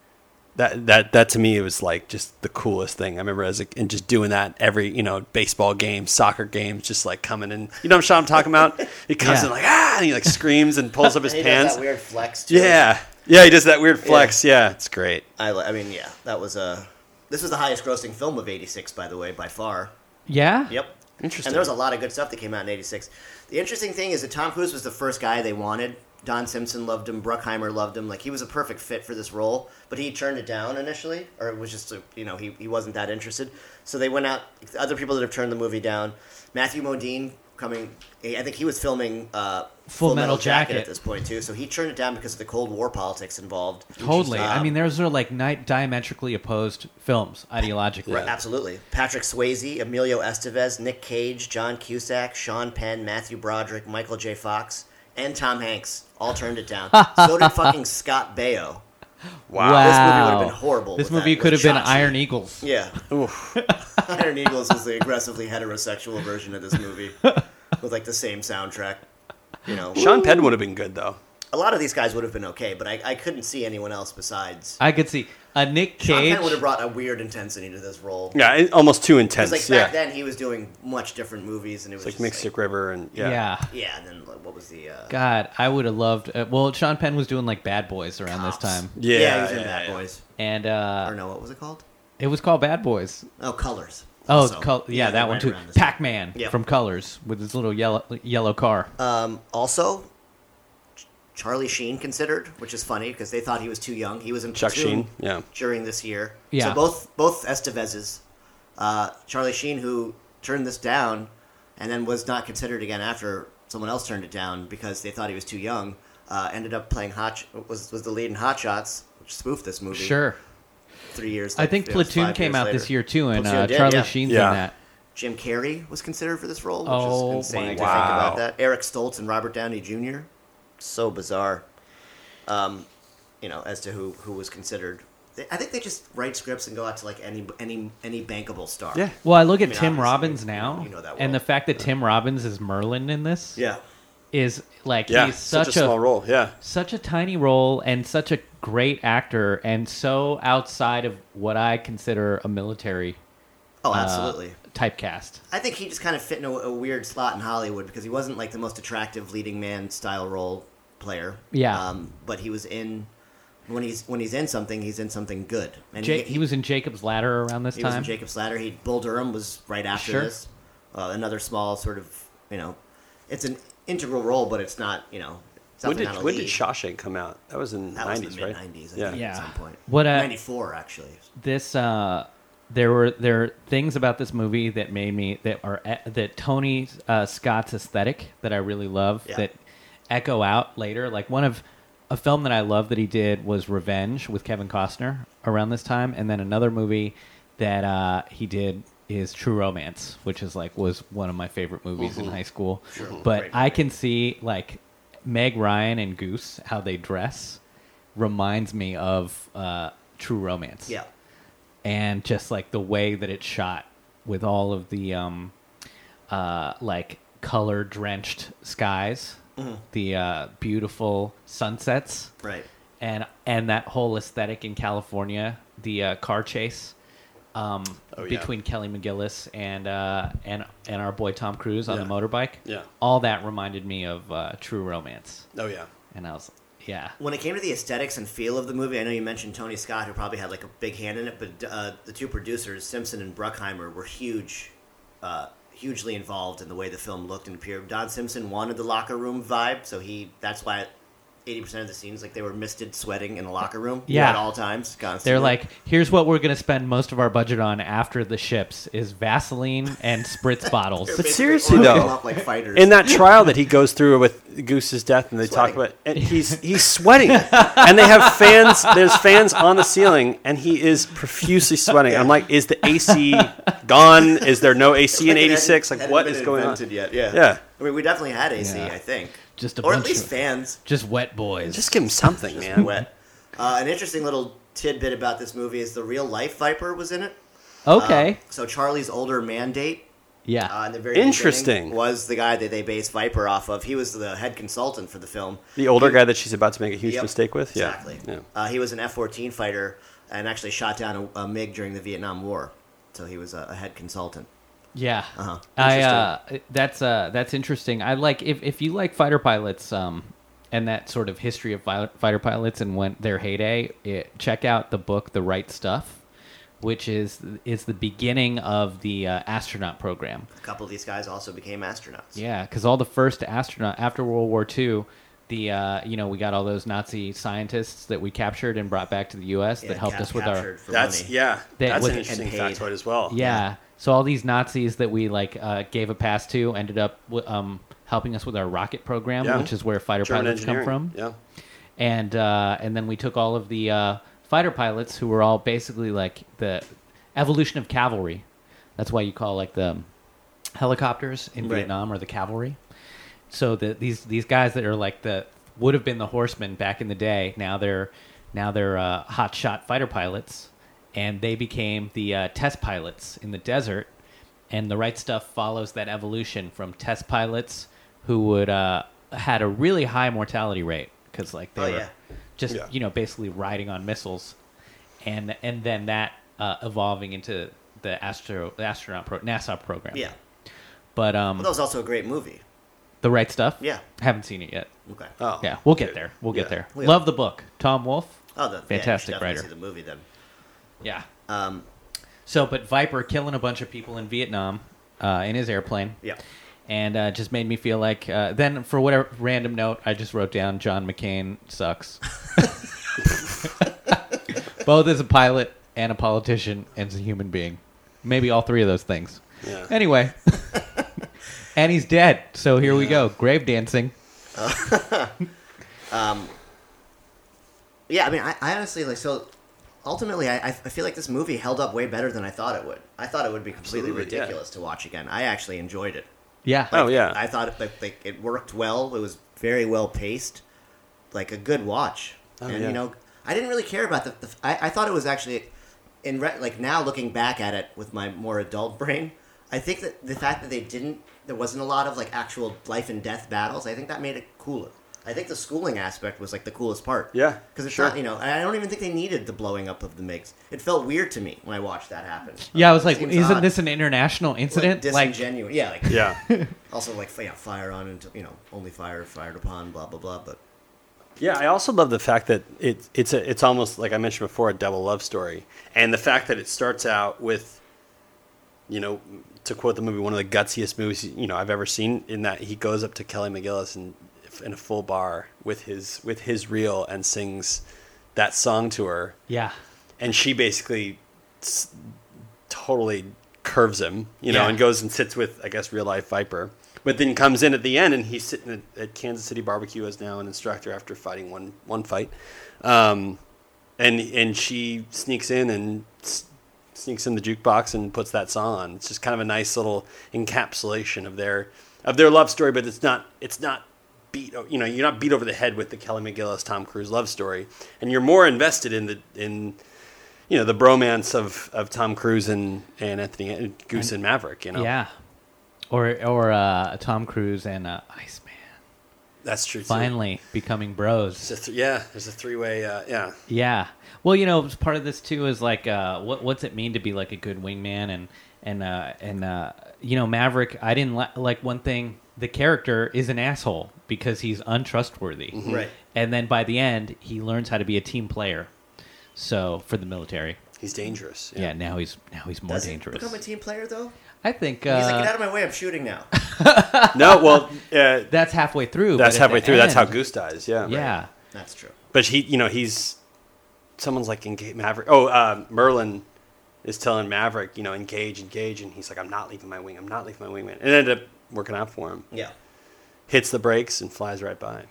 Speaker 3: that that that to me it was like just the coolest thing. I remember as a, and just doing that every you know baseball game, soccer games, just like coming in. You know what shot I'm
Speaker 2: (laughs)
Speaker 3: talking about? He comes
Speaker 1: Yeah.
Speaker 3: in like ah, and he like screams and pulls up his
Speaker 2: And (laughs) he
Speaker 3: pants.
Speaker 2: does that weird flex. Too.
Speaker 3: yeah, yeah, he does that weird flex. Yeah, it's great.
Speaker 2: I, li- I mean, yeah, that was a. This was the highest grossing film of '86, by the way, by far.
Speaker 1: yeah
Speaker 2: Yep.
Speaker 3: Interesting.
Speaker 2: And there was a lot of good stuff that came out in '86. The interesting thing is that Tom Cruise was the first guy they wanted. Don Simpson loved him. Bruckheimer loved him. Like he was a perfect fit for this role, but he turned it down initially, or it was just a, you know he, he wasn't that interested. So they went out. Other people that have turned the movie down. Matthew Modine coming. I think he was filming uh,
Speaker 1: Full Metal Jacket.
Speaker 2: at this point too. So he turned it down because of the Cold War politics involved.
Speaker 1: Totally. I
Speaker 2: Um,
Speaker 1: mean, those are like night diametrically opposed films ideologically.
Speaker 2: Absolutely. Patrick Swayze, Emilio Estevez, Nick Cage, John Cusack, Sean Penn, Matthew Broderick, Michael J. Fox, and Tom Hanks all turned it
Speaker 3: (laughs)
Speaker 2: down. so did fucking Scott Baio.
Speaker 1: Wow.
Speaker 2: This movie would have been horrible.
Speaker 1: This
Speaker 2: with
Speaker 1: movie
Speaker 2: that-
Speaker 1: could have
Speaker 2: with
Speaker 1: been
Speaker 2: Shang-Chi.
Speaker 1: Iron Eagles.
Speaker 2: Yeah. (laughs) Iron Eagles was the aggressively heterosexual version of this
Speaker 3: (laughs)
Speaker 2: movie with like the same soundtrack. You know,
Speaker 3: Sean Penn would have been good though.
Speaker 2: a lot of these guys would have been okay, but I, I couldn't see anyone else besides.
Speaker 1: I could see a Nick
Speaker 2: Sean
Speaker 1: Cage.
Speaker 2: Penn would have brought a weird intensity to this role.
Speaker 3: Yeah, it- almost too
Speaker 2: Because
Speaker 3: intense.
Speaker 2: like
Speaker 3: yeah,
Speaker 2: back then he was doing much different movies and it was
Speaker 3: it's like
Speaker 2: just,
Speaker 3: Mystic River and
Speaker 1: yeah.
Speaker 2: Yeah, and then like, what was the uh,
Speaker 1: God, I would have loved. Uh, well, Sean Penn was doing like Bad Boys around
Speaker 2: Cops.
Speaker 1: this time,
Speaker 3: Yeah,
Speaker 2: he was in
Speaker 3: yeah,
Speaker 2: Bad
Speaker 3: yeah.
Speaker 2: Boys.
Speaker 1: and
Speaker 2: Or
Speaker 1: uh,
Speaker 2: no, what was it called?
Speaker 1: it was called Bad Boys.
Speaker 2: Oh, Colors.
Speaker 1: Oh,
Speaker 2: Also.
Speaker 1: Col- yeah,
Speaker 2: they're
Speaker 1: that one
Speaker 2: right
Speaker 1: too.
Speaker 2: around this
Speaker 1: Pac Man
Speaker 2: Yep.
Speaker 1: from Colors with his little yellow yellow car.
Speaker 2: time. Um, also, Ch- Charlie Sheen considered, which is funny because they thought he was too young. He was in
Speaker 3: Chuck
Speaker 2: Platoon
Speaker 3: Sheen, yeah.
Speaker 2: during this year.
Speaker 1: Yeah.
Speaker 2: So both both Estevez's, uh, Charlie Sheen who turned this down, and then was not considered again after someone else turned it down because they thought he was too young. Uh, ended up playing Hot Sh- was was the lead in Hot Shots, which spoofed this movie.
Speaker 1: sure,
Speaker 2: three years.
Speaker 1: I think
Speaker 2: it was
Speaker 1: Platoon
Speaker 2: five
Speaker 1: came
Speaker 2: years
Speaker 1: out
Speaker 2: later.
Speaker 1: this year too, and
Speaker 2: Platoon
Speaker 1: uh,
Speaker 2: did,
Speaker 1: Charlie
Speaker 2: yeah.
Speaker 1: Sheen's
Speaker 3: Yeah.
Speaker 1: in that.
Speaker 2: Jim Carrey was considered for this role, which
Speaker 1: Oh
Speaker 2: is insane
Speaker 1: my
Speaker 2: to
Speaker 3: God.
Speaker 2: think
Speaker 3: Wow.
Speaker 2: about that. Eric Stoltz and Robert Downey Jr. So bizarre. Um, you know, as to who who was considered They, I think they just write scripts and go out to like any any any bankable star.
Speaker 3: Yeah.
Speaker 1: Well, I look at
Speaker 2: mean,
Speaker 1: Tim
Speaker 2: obviously,
Speaker 1: Robbins
Speaker 2: you-
Speaker 1: now,
Speaker 2: you know that
Speaker 1: and the
Speaker 2: world.
Speaker 1: fact that Tim Robbins is Merlin in this
Speaker 2: Yeah.
Speaker 1: is like
Speaker 3: Yeah,
Speaker 1: he's
Speaker 3: such,
Speaker 1: such,
Speaker 3: a, small role. Yeah,
Speaker 1: such a tiny role and such a great actor and so outside of what I consider a military
Speaker 2: Oh,
Speaker 1: uh,
Speaker 2: absolutely.
Speaker 1: typecast.
Speaker 2: I think he just kind of fit in a, a weird slot in Hollywood because he wasn't like the most attractive leading man style role player.
Speaker 1: Yeah.
Speaker 2: Um, but he was in when he's when he's in something, he's in something good. And
Speaker 1: Ja- he was in Jacob's Ladder around this
Speaker 2: he was
Speaker 1: time.
Speaker 2: in Jacob's Ladder. He Bull Durham was right after
Speaker 1: Sure.
Speaker 2: this. Uh, another small sort of you know, it's an integral role, but it's not you know. It's
Speaker 3: when
Speaker 2: definitely
Speaker 3: did
Speaker 2: not a
Speaker 3: when did
Speaker 2: lead.
Speaker 3: Shawshank come out? That was in
Speaker 2: That was
Speaker 3: nineties,
Speaker 2: the mid
Speaker 3: right?
Speaker 2: nineties,
Speaker 3: yeah,
Speaker 2: I think,
Speaker 1: Yeah.
Speaker 2: at some point.
Speaker 1: What, uh,
Speaker 2: ninety four actually.
Speaker 1: this uh there were there are things about this movie that made me that are e, that Tony uh, Scott's aesthetic that I really love
Speaker 2: Yeah.
Speaker 1: that echo out later. Like one of a film that I love that he did was Revenge with Kevin Costner around this time, and then another movie that uh, he did is True Romance, which is like was one of my favorite movies in high school. But
Speaker 2: Mm-hmm. Great
Speaker 1: I can see like Meg Ryan and Goose how they dress reminds me of uh, True Romance
Speaker 2: Yeah.
Speaker 1: and just like the way that it's shot with all of the um uh like color drenched skies
Speaker 3: Mm-hmm.
Speaker 1: the uh beautiful sunsets
Speaker 2: Right.
Speaker 1: and and that whole aesthetic in california the uh, car chase um
Speaker 3: Oh, yeah.
Speaker 1: between kelly mcgillis and uh and and our boy tom cruise on
Speaker 3: Yeah.
Speaker 1: the motorbike
Speaker 3: Yeah.
Speaker 1: all that reminded me of uh true romance
Speaker 3: Oh yeah,
Speaker 1: and i was yeah
Speaker 2: When it came to the aesthetics and feel of the movie, I know you mentioned Tony Scott, who probably had like a big hand in it, but uh, the two producers, Simpson and Bruckheimer, were huge, uh, hugely involved in the way the film looked and appeared. Don Simpson wanted the locker room vibe, so he that's why eighty percent of the scenes like they were misted, sweating in the locker room
Speaker 1: Yeah.
Speaker 2: at all times. Constantly.
Speaker 1: They're like, here's what we're going to spend most of our budget on after the ships is Vaseline and spritz bottles.
Speaker 2: (laughs) They're
Speaker 3: But
Speaker 2: basically
Speaker 3: seriously,
Speaker 2: oiling
Speaker 3: though,
Speaker 2: them up like fighters.
Speaker 3: in that trial
Speaker 2: (laughs)
Speaker 3: that he goes through with Goose's death, and they
Speaker 2: Sweating.
Speaker 3: talk about, and he's he's
Speaker 1: (laughs)
Speaker 3: sweating, and they have fans. There's fans on the ceiling, and he is profusely sweating. I'm like, is the
Speaker 1: (laughs)
Speaker 3: AC gone? Is there no AC
Speaker 2: Like
Speaker 3: in
Speaker 2: it hadn't-
Speaker 3: '86? Like,
Speaker 2: hadn't
Speaker 3: what
Speaker 2: been
Speaker 3: is going on?
Speaker 2: invented Yet, yeah.
Speaker 3: Yeah.
Speaker 2: I mean, we definitely had AC,
Speaker 1: Yeah.
Speaker 2: I think.
Speaker 1: Just a
Speaker 2: or
Speaker 1: bunch
Speaker 2: at least
Speaker 1: of-
Speaker 2: fans
Speaker 1: Just wet boys.
Speaker 3: Just give him
Speaker 1: (laughs)
Speaker 3: something, man.
Speaker 2: wet. Uh, an interesting little tidbit about this movie is the real life Viper was in it.
Speaker 1: okay.
Speaker 2: Um, so Charlie's older mandate
Speaker 1: yeah.
Speaker 2: uh, in the very beginning
Speaker 3: Interesting.
Speaker 2: was the guy that they based Viper off of. He was the head consultant for the film.
Speaker 3: The older guy that she's about to make a huge
Speaker 2: Yep.
Speaker 3: mistake with. Yeah.
Speaker 2: Exactly.
Speaker 3: Yeah.
Speaker 2: Uh, he was an F-14 fighter and actually shot down a, a MiG during the Vietnam War. So he was a, a head consultant.
Speaker 1: yeah.
Speaker 2: uh-huh.
Speaker 1: I, uh, that's uh, that's interesting. I like if, if you like fighter pilots um, and that sort of history of fi- fighter pilots and when their heyday, it, check out the book The Right Stuff, which is is the beginning of the uh, astronaut program.
Speaker 2: A couple of these guys also became astronauts.
Speaker 1: Yeah, because all the first astronaut after World War II, the uh, you know we got all those Nazi scientists that we captured and brought back to the U.S. that
Speaker 2: Yeah,
Speaker 1: helped
Speaker 2: cap-
Speaker 1: us with our
Speaker 2: captured for
Speaker 3: That's
Speaker 2: money.
Speaker 3: yeah.
Speaker 1: That
Speaker 3: That's
Speaker 1: was-
Speaker 3: an interesting
Speaker 2: and paid.
Speaker 3: factoid as well.
Speaker 1: yeah. So all these Nazis that we like uh, gave a pass to ended up wi- um, helping us with our rocket program,
Speaker 3: Yeah.
Speaker 1: which is where fighter
Speaker 3: German
Speaker 1: pilots come
Speaker 3: engineering.
Speaker 1: from.
Speaker 3: Yeah.
Speaker 1: and uh, and then we took all of the uh, fighter pilots who were all basically like the evolution of cavalry. That's why you call like the helicopters in
Speaker 2: Right.
Speaker 1: Vietnam or the cavalry. So the, these these guys that are like the would have been the horsemen back in the day. Now they're now they're uh, hotshot fighter pilots, and they became the uh, test pilots in the desert. And the right stuff follows that evolution from test pilots who would uh, had a really high mortality rate because like they
Speaker 2: Oh,
Speaker 1: were
Speaker 2: yeah.
Speaker 1: just
Speaker 3: Yeah.
Speaker 1: you know basically riding on missiles, and and then that uh, evolving into the astro the astronaut pro, NASA program.
Speaker 2: Yeah.
Speaker 1: but um,
Speaker 2: But that was also a great movie.
Speaker 1: the right stuff.
Speaker 2: Yeah.
Speaker 1: haven't seen it yet.
Speaker 2: Okay.
Speaker 3: Oh.
Speaker 1: Yeah, we'll get
Speaker 3: good.
Speaker 1: there. We'll get
Speaker 3: Yeah.
Speaker 1: there.
Speaker 2: We-
Speaker 1: Love the book, Tom Wolfe.
Speaker 2: Oh, the,
Speaker 1: Fantastic
Speaker 2: yeah, you should definitely
Speaker 1: writer.
Speaker 2: See the movie then.
Speaker 1: Yeah.
Speaker 2: Um,
Speaker 1: So, but Viper killing a bunch of people in Vietnam uh, in his airplane.
Speaker 2: yeah.
Speaker 1: And uh, just made me feel like uh, then for whatever random note I just wrote down John McCain sucks. (laughs) Both as a pilot and a politician and as a human being, maybe all three of those things.
Speaker 3: Yeah.
Speaker 1: Anyway, and he's dead. So here we go, grave dancing.
Speaker 2: Yeah, I mean, I, I honestly like so. Ultimately, I, I feel like this movie held up way better than I thought it would. I thought it would be completely
Speaker 3: Absolutely, yeah.
Speaker 2: ridiculous to watch again. I actually enjoyed it.
Speaker 1: Yeah.
Speaker 3: Oh, yeah.
Speaker 2: I thought it, like, like it worked well. It was very well paced, like a good watch.
Speaker 3: Oh,
Speaker 2: and
Speaker 3: yeah.
Speaker 2: you know, I didn't really care about the. the I, I thought it was actually, in re- like now looking back at it with my more adult (laughs) brain, I think that the fact that they didn't, there wasn't a lot of like actual life and death battles. I think that made it cooler. I think the schooling aspect was like the coolest part.
Speaker 3: Yeah,
Speaker 2: because it's
Speaker 3: sure.
Speaker 2: not you know. and I don't even think they needed the blowing up of the MIGs. It felt weird to me when I watched that happen.
Speaker 1: Yeah, I was
Speaker 2: It
Speaker 1: like,
Speaker 2: seems
Speaker 1: isn't
Speaker 2: odd.
Speaker 1: this an international
Speaker 2: like
Speaker 1: incident? Like,
Speaker 2: disingenuous? yeah, like
Speaker 1: (laughs)
Speaker 3: Yeah.
Speaker 2: also like you know, fire on until you know only fire fired upon blah blah blah. But
Speaker 3: yeah, I also love the fact that it, it's a, it's almost like I mentioned before a double love story, and the fact that it starts out with, you know, to quote the movie, one of the gutsiest movies you know I've ever seen. In that he goes up to Kelly McGillis and in a full bar with his with his reel and sings that song to her,
Speaker 1: yeah,
Speaker 3: and she basically s- totally curves him, you know,
Speaker 1: Yeah.
Speaker 3: and goes and sits with, I guess, real life Viper. But then comes in at the end, and he's sitting at, at Kansas City Barbecue as now an instructor after fighting one one fight, um, and and she sneaks in and s- sneaks in the jukebox and puts that song on. It's just kind of a nice little encapsulation of their of their love story, but it's not it's not beat you know you're not beat over the head with the Kelly McGillis Tom Cruise love story, and you're more invested in the in you know the bromance of, of Tom Cruise and, and Anthony uh, Goose and, Maverick.
Speaker 2: Oh.
Speaker 3: You know,
Speaker 1: yeah, or or uh, Tom Cruise and uh, Iceman
Speaker 3: that's true. Too.
Speaker 1: finally becoming bros.
Speaker 3: It's a th- yeah, there's a three way. Uh, yeah,
Speaker 1: Yeah. Well, you know, part of this too is like, uh, what what's it mean to be like a good wingman and and uh, and uh, you know, Maverick. I didn't li- like one thing. The character is an asshole because he's untrustworthy.
Speaker 2: Right.
Speaker 1: And then by the end, he learns how to be a team player. So for the military,
Speaker 3: he's dangerous.
Speaker 1: yeah. now he's now he's more
Speaker 2: does he
Speaker 1: dangerous.
Speaker 2: become a team player though?
Speaker 1: I think
Speaker 2: He's like,
Speaker 1: uh,
Speaker 2: get out of my way! I'm shooting (laughs) now.
Speaker 3: no, well,
Speaker 1: (laughs)
Speaker 3: uh,
Speaker 1: that's halfway through. but
Speaker 3: that's
Speaker 1: at
Speaker 3: halfway
Speaker 1: the
Speaker 3: through. That's how
Speaker 1: end-
Speaker 3: Goose dies. Yeah, right.
Speaker 1: Yeah.
Speaker 2: That's true.
Speaker 3: But he, you know, he's someone's like engage Maverick. Oh, uh, Merlin is telling Maverick, you know, engage, engage, and he's like, I'm not leaving my wing. I'm not leaving my wingman. And it ended up working out for him.
Speaker 2: Yeah.
Speaker 3: Hits the brakes and flies right by.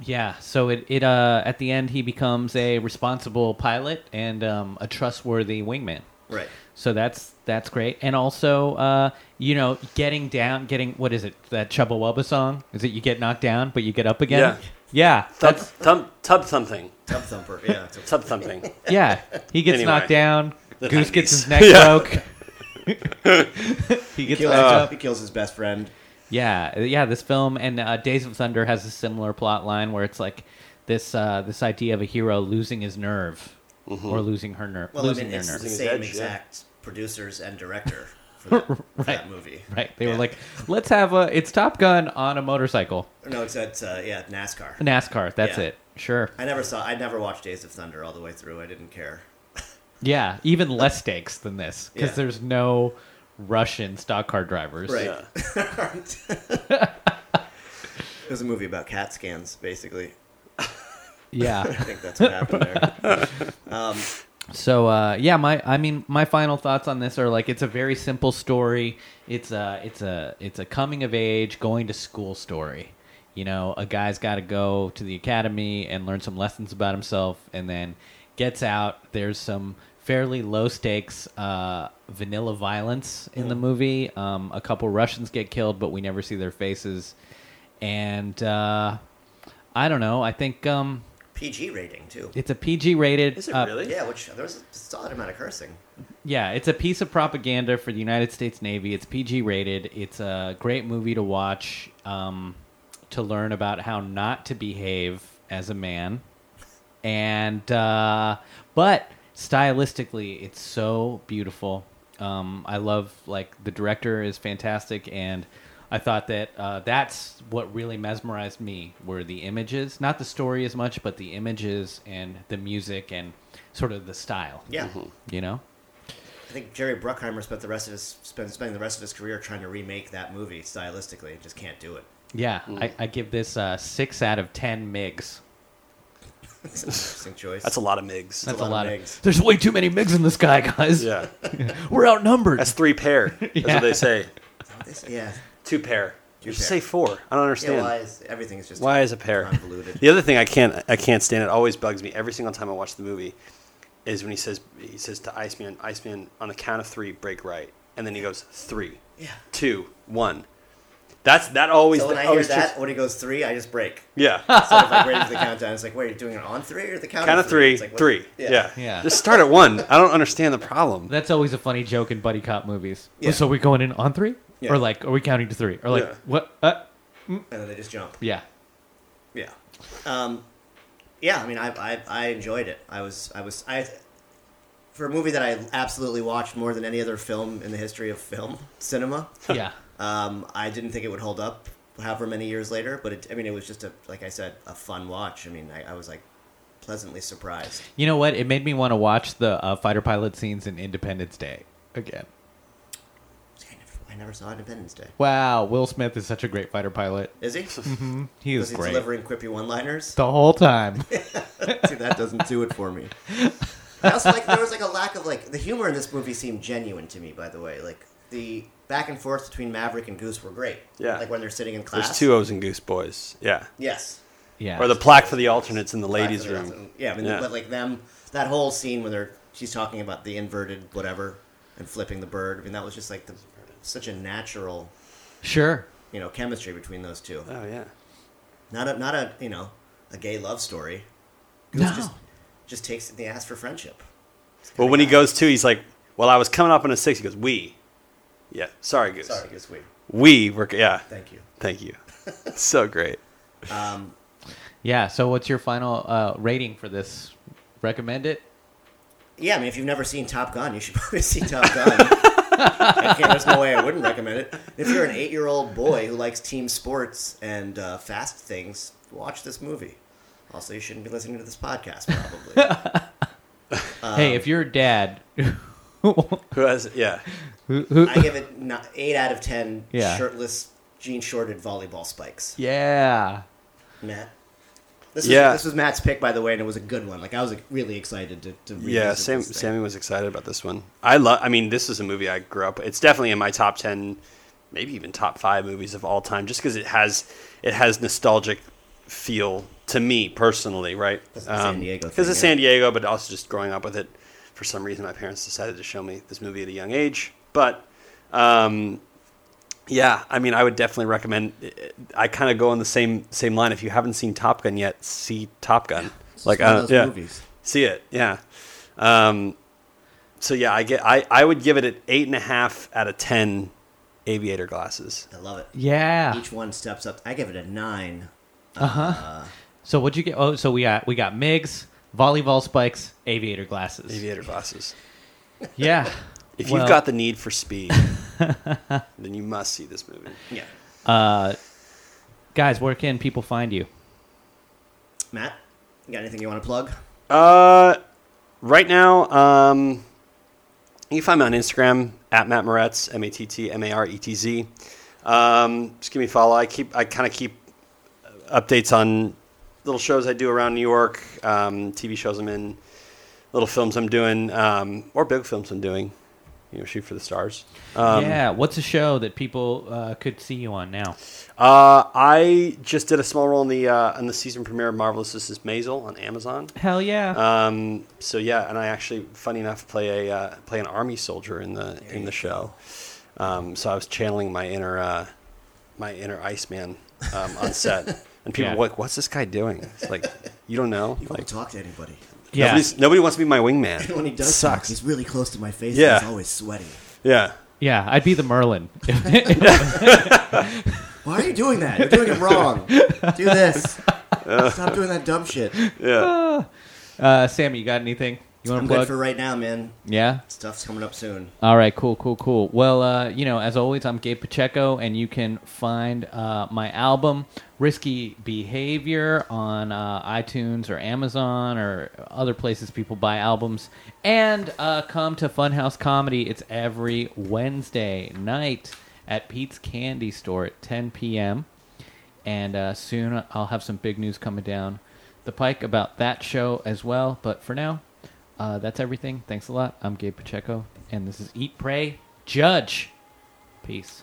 Speaker 1: Yeah, so it, it uh at the end he becomes a responsible pilot and um, a trustworthy wingman.
Speaker 2: Right.
Speaker 1: So that's that's great. And also uh you know, getting down getting what is it? That Chubba Wubba song? Is it you get knocked down but you get up again?
Speaker 3: Yeah.
Speaker 1: Yeah.
Speaker 3: Tub,
Speaker 1: that's-
Speaker 3: tub, tub something.
Speaker 2: Tub thumper. Yeah. it's okay.
Speaker 3: Tub something.
Speaker 1: yeah. He gets
Speaker 3: Anyway.
Speaker 1: knocked down,
Speaker 3: The
Speaker 1: Goose gets
Speaker 3: 90s.
Speaker 1: his neck
Speaker 3: Yeah.
Speaker 1: broke.
Speaker 3: (laughs)
Speaker 1: (laughs) he gets
Speaker 2: Kills,
Speaker 1: knocked up.
Speaker 2: he kills his best friend.
Speaker 1: Yeah, uh, yeah. This film and uh, Days of Thunder has a similar plot line where it's like this uh, this idea of a hero losing his nerve or losing her nerve,
Speaker 2: Well,
Speaker 1: losing
Speaker 2: I mean,
Speaker 1: their
Speaker 2: it's the
Speaker 1: nerve.
Speaker 3: Losing his
Speaker 2: same
Speaker 3: edge, yeah.
Speaker 2: exact producers and director (laughs) for that, for that movie.
Speaker 1: (laughs) Right? They
Speaker 2: Yeah.
Speaker 1: were like, let's have a it's Top Gun on a motorcycle,
Speaker 2: No, it's at uh, yeah NASCAR.
Speaker 1: NASCAR. That's
Speaker 2: Yeah.
Speaker 1: it. Sure.
Speaker 2: I never saw. I never watched Days of Thunder all the way through. I didn't (laughs) care.
Speaker 1: Yeah, even less stakes than this because
Speaker 2: Yeah.
Speaker 1: there's no Russian stock car drivers.
Speaker 2: Right.
Speaker 3: Yeah.
Speaker 2: it was a movie about CAT scans, basically.
Speaker 1: Yeah.
Speaker 2: I think that's what happened (laughs) there. Um,
Speaker 1: So uh, yeah, my I mean my final thoughts on this are like it's a very simple story. It's a it's a it's a coming of age going to school story. You know, a guy's got to go to the academy and learn some lessons about himself, and then gets out. There's some fairly low stakes uh, vanilla violence in
Speaker 3: Mm.
Speaker 1: the movie. Um, a couple Russians get killed, but we never see their faces. And uh, I don't know. I think um,
Speaker 2: PG rating too.
Speaker 1: it's a PG rated.
Speaker 3: Is it
Speaker 1: uh,
Speaker 3: really?
Speaker 2: Yeah, which there was a solid amount of cursing.
Speaker 1: Yeah, it's a piece of propaganda for the United States Navy. It's PG rated. It's a great movie to watch um, to learn about how not to behave as a man. And uh, but stylistically, it's so beautiful. Um, I love like the director is fantastic, and I thought that uh, that's what really mesmerized me were the images, not the story as much, but the images and the music and sort of the style.
Speaker 2: Yeah,
Speaker 3: Mm-hmm.
Speaker 1: you know.
Speaker 2: I think Jerry Bruckheimer spent the rest of his spent spending the rest of his career trying to remake that movie stylistically. and Just can't do it. (laughs)
Speaker 1: Yeah, I, I give this uh, six out of ten MIGs.
Speaker 2: It's an interesting choice.
Speaker 3: That's a lot of migs.
Speaker 1: That's a
Speaker 2: a lot
Speaker 1: lot,
Speaker 2: of
Speaker 1: of,
Speaker 2: MiGs.
Speaker 1: There's way too many MIGs in the sky, guys.
Speaker 3: yeah.
Speaker 1: We're outnumbered.
Speaker 3: That's three pair. That's
Speaker 1: Yeah.
Speaker 3: what they say.
Speaker 2: This- yeah.
Speaker 3: Two pair. you should
Speaker 2: pair.
Speaker 3: say four. I don't
Speaker 2: Yeah,
Speaker 3: understand.
Speaker 2: why
Speaker 3: why?
Speaker 2: is everything is just
Speaker 3: is a pair?
Speaker 2: Convoluted.
Speaker 3: The other thing I can't I can't stand it always bugs me every single time I watch the movie is when he says he says to Iceman Iceman on the count of three break right and then he goes three
Speaker 2: Yeah.
Speaker 3: two one That's that always.
Speaker 2: So when I hear
Speaker 3: always
Speaker 2: that,
Speaker 3: trips-
Speaker 2: when it goes three, I just break. (laughs)
Speaker 3: yeah,
Speaker 2: Instead of like waiting for the countdown, it's like, wait, you're doing it on three or the countdown?
Speaker 3: count of three,
Speaker 2: like, what-
Speaker 3: three. Yeah.
Speaker 1: Yeah.
Speaker 3: Just start at one. I don't understand the problem.
Speaker 1: That's always a funny joke in buddy cop movies.
Speaker 2: Yeah.
Speaker 1: So we're going in on three,
Speaker 2: Yeah.
Speaker 1: or like, are we counting to three, or like,
Speaker 3: Yeah.
Speaker 1: what? Uh,
Speaker 2: And then they just jump.
Speaker 1: yeah.
Speaker 2: Yeah. Um, yeah, I mean, I, I, I enjoyed it. I was, I was, I, for a movie that I absolutely watched more than any other film in the history of film (laughs) cinema,
Speaker 1: Yeah.
Speaker 2: um, I didn't think it would hold up however many years later, but it, I mean, it was just a, like I said, a fun watch. I mean, I, I was like pleasantly surprised.
Speaker 1: You know what? It made me want to watch the uh, fighter pilot scenes in Independence Day again.
Speaker 2: I never, I never saw Independence Day.
Speaker 1: Wow, Will Smith is such a great fighter pilot.
Speaker 2: Is he?
Speaker 1: He
Speaker 2: Was
Speaker 1: is
Speaker 2: he
Speaker 1: great
Speaker 2: delivering quippy one-liners?
Speaker 1: the whole time.
Speaker 2: See, that doesn't do it for me. I also like there was like a lack of like the humor in this movie seemed genuine to me. By the way, like the back and forth between Maverick and Goose were great.
Speaker 3: Yeah.
Speaker 2: like when they're sitting in class.
Speaker 3: There's two O's and Goose Boys. Yeah.
Speaker 2: Yes,
Speaker 1: Yeah.
Speaker 3: Or the plaque for the alternates in the ladies'
Speaker 2: Black-
Speaker 3: room.
Speaker 2: Yeah, I mean, but like them, that whole scene when they're she's talking about the inverted whatever and flipping the bird. I mean, that was just like the such a natural
Speaker 1: sure.
Speaker 2: you know chemistry between those two.
Speaker 3: oh yeah.
Speaker 2: Not a not a you know a gay love story. Goose
Speaker 1: No.
Speaker 2: just just takes it in the ass for friendship.
Speaker 3: Well, when he goes to, he's like, "Well, I was coming up on a six. He goes, "We." Yeah. Sorry, Goose.
Speaker 2: Sorry, Goose. We
Speaker 3: We were. Yeah.
Speaker 2: thank you.
Speaker 3: Thank you. so great.
Speaker 2: Um,
Speaker 1: yeah. So, what's your final uh, rating for this? Recommend it?
Speaker 2: Yeah, I mean, if you've never seen Top Gun, you should (laughs) probably see Top Gun. I can't, there's no way I wouldn't recommend it. If you're an eight-year-old boy who likes team sports and uh, fast things, watch this movie. Also, you shouldn't be listening to this podcast, probably.
Speaker 1: hey, if you're a
Speaker 2: (laughs)
Speaker 1: dad, Um, who,
Speaker 3: Who has? Yeah.
Speaker 1: who,
Speaker 2: I give it no- eight out of ten.
Speaker 1: Yeah.
Speaker 2: Shirtless, jean-shorted volleyball spikes.
Speaker 1: yeah.
Speaker 2: Matt. This was,
Speaker 3: Yeah.
Speaker 2: this was Matt's pick, by the way, and it was a good one. Like I was like, really excited to. to
Speaker 3: Yeah.
Speaker 2: revisit
Speaker 3: Sam,
Speaker 2: this thing.
Speaker 3: Sammy was excited about this one. I love. I mean, this is a movie I grew up. It's definitely in my top ten, maybe even top five movies of all time, just because it has it has nostalgic feel to me personally, right?
Speaker 2: 'Cause of the San Diego
Speaker 3: Because
Speaker 2: thing,
Speaker 3: it's
Speaker 2: yeah.
Speaker 3: San Diego, but also just growing up with it. For some reason, my parents decided to show me this movie at a young age, but. Um, Yeah, I mean, I would definitely recommend. I kind of go on the same same line. If you haven't seen Top Gun yet, see Top Gun. like,
Speaker 2: one of
Speaker 3: uh,
Speaker 2: those
Speaker 3: yeah,
Speaker 2: movies.
Speaker 3: see it. Yeah. Um, so yeah, I get. I I would give it an eight and a half out of ten. Aviator glasses.
Speaker 2: I love it.
Speaker 1: Yeah.
Speaker 2: Each one steps up. I give it a nine.
Speaker 1: So what'd you get? Oh, so we got we got MIGs, volleyball spikes, aviator glasses.
Speaker 3: Aviator glasses.
Speaker 1: (laughs) Yeah.
Speaker 3: If
Speaker 1: Well,
Speaker 3: you've got the need for speed, then you must see this movie.
Speaker 2: Yeah,
Speaker 1: guys, where can people find you?
Speaker 2: Matt. You got anything you want to plug?
Speaker 3: Uh, right now, um, you can find me on Instagram at Matt Moretz, M A T T M A R E T Z. Um, just give me a follow. I keep, I kind of keep updates on little shows I do around New York, um, TV shows I'm in, little films I'm doing, um, or big films I'm doing. You know, shoot for the stars. Um,
Speaker 1: yeah. What's a show that people uh, could see you on now?
Speaker 3: uh, I just did a small role in the uh, in the season premiere of Marvelous Mrs. Maisel on Amazon.
Speaker 1: Hell yeah.
Speaker 2: Uh,
Speaker 3: Um, so yeah, and I actually, funny enough, play a uh, play an army soldier in the in the show. Um, so I was channeling my inner uh, my inner Iceman um,
Speaker 1: (laughs)
Speaker 3: on set, and people
Speaker 1: Yeah.
Speaker 3: were like, "What's this guy doing?" It's like you
Speaker 1: (laughs)
Speaker 3: don't know.
Speaker 2: You
Speaker 3: Like,
Speaker 2: won't talk to anybody. (laughs)
Speaker 1: yeah.
Speaker 3: nobody's- nobody wants to be my wingman.
Speaker 1: (laughs)
Speaker 2: When he
Speaker 3: It
Speaker 2: does talk,
Speaker 3: sucks.
Speaker 2: he's really close to my face.
Speaker 3: Yeah.
Speaker 2: and he's always sweaty.
Speaker 3: Yeah,
Speaker 1: Yeah. I'd be the Merlin. (laughs)
Speaker 2: Why are you doing that? You're
Speaker 3: (laughs)
Speaker 2: doing it wrong. Do this. Stop doing that dumb shit.
Speaker 3: yeah.
Speaker 1: uh, Sammy, you got anything you want
Speaker 2: I'm
Speaker 1: to
Speaker 2: good
Speaker 1: plug?
Speaker 2: for right now, man.
Speaker 1: yeah.
Speaker 2: Stuff's coming up soon.
Speaker 1: All right, cool, cool, cool. Well, uh, you know, as always, I'm Gabe Pacheco, and you can find uh, my album "Risky Behavior" on uh, iTunes or Amazon or other places people buy albums. And uh, come to Funhouse Comedy; it's every Wednesday night at Pete's Candy Store at 10 p.m. And uh, soon I'll have some big news coming down the pike about that show as well. But for now, uh, that's everything. Thanks a lot. I'm Gabe Pacheco, and this is Eat, Pray, Judge. Peace.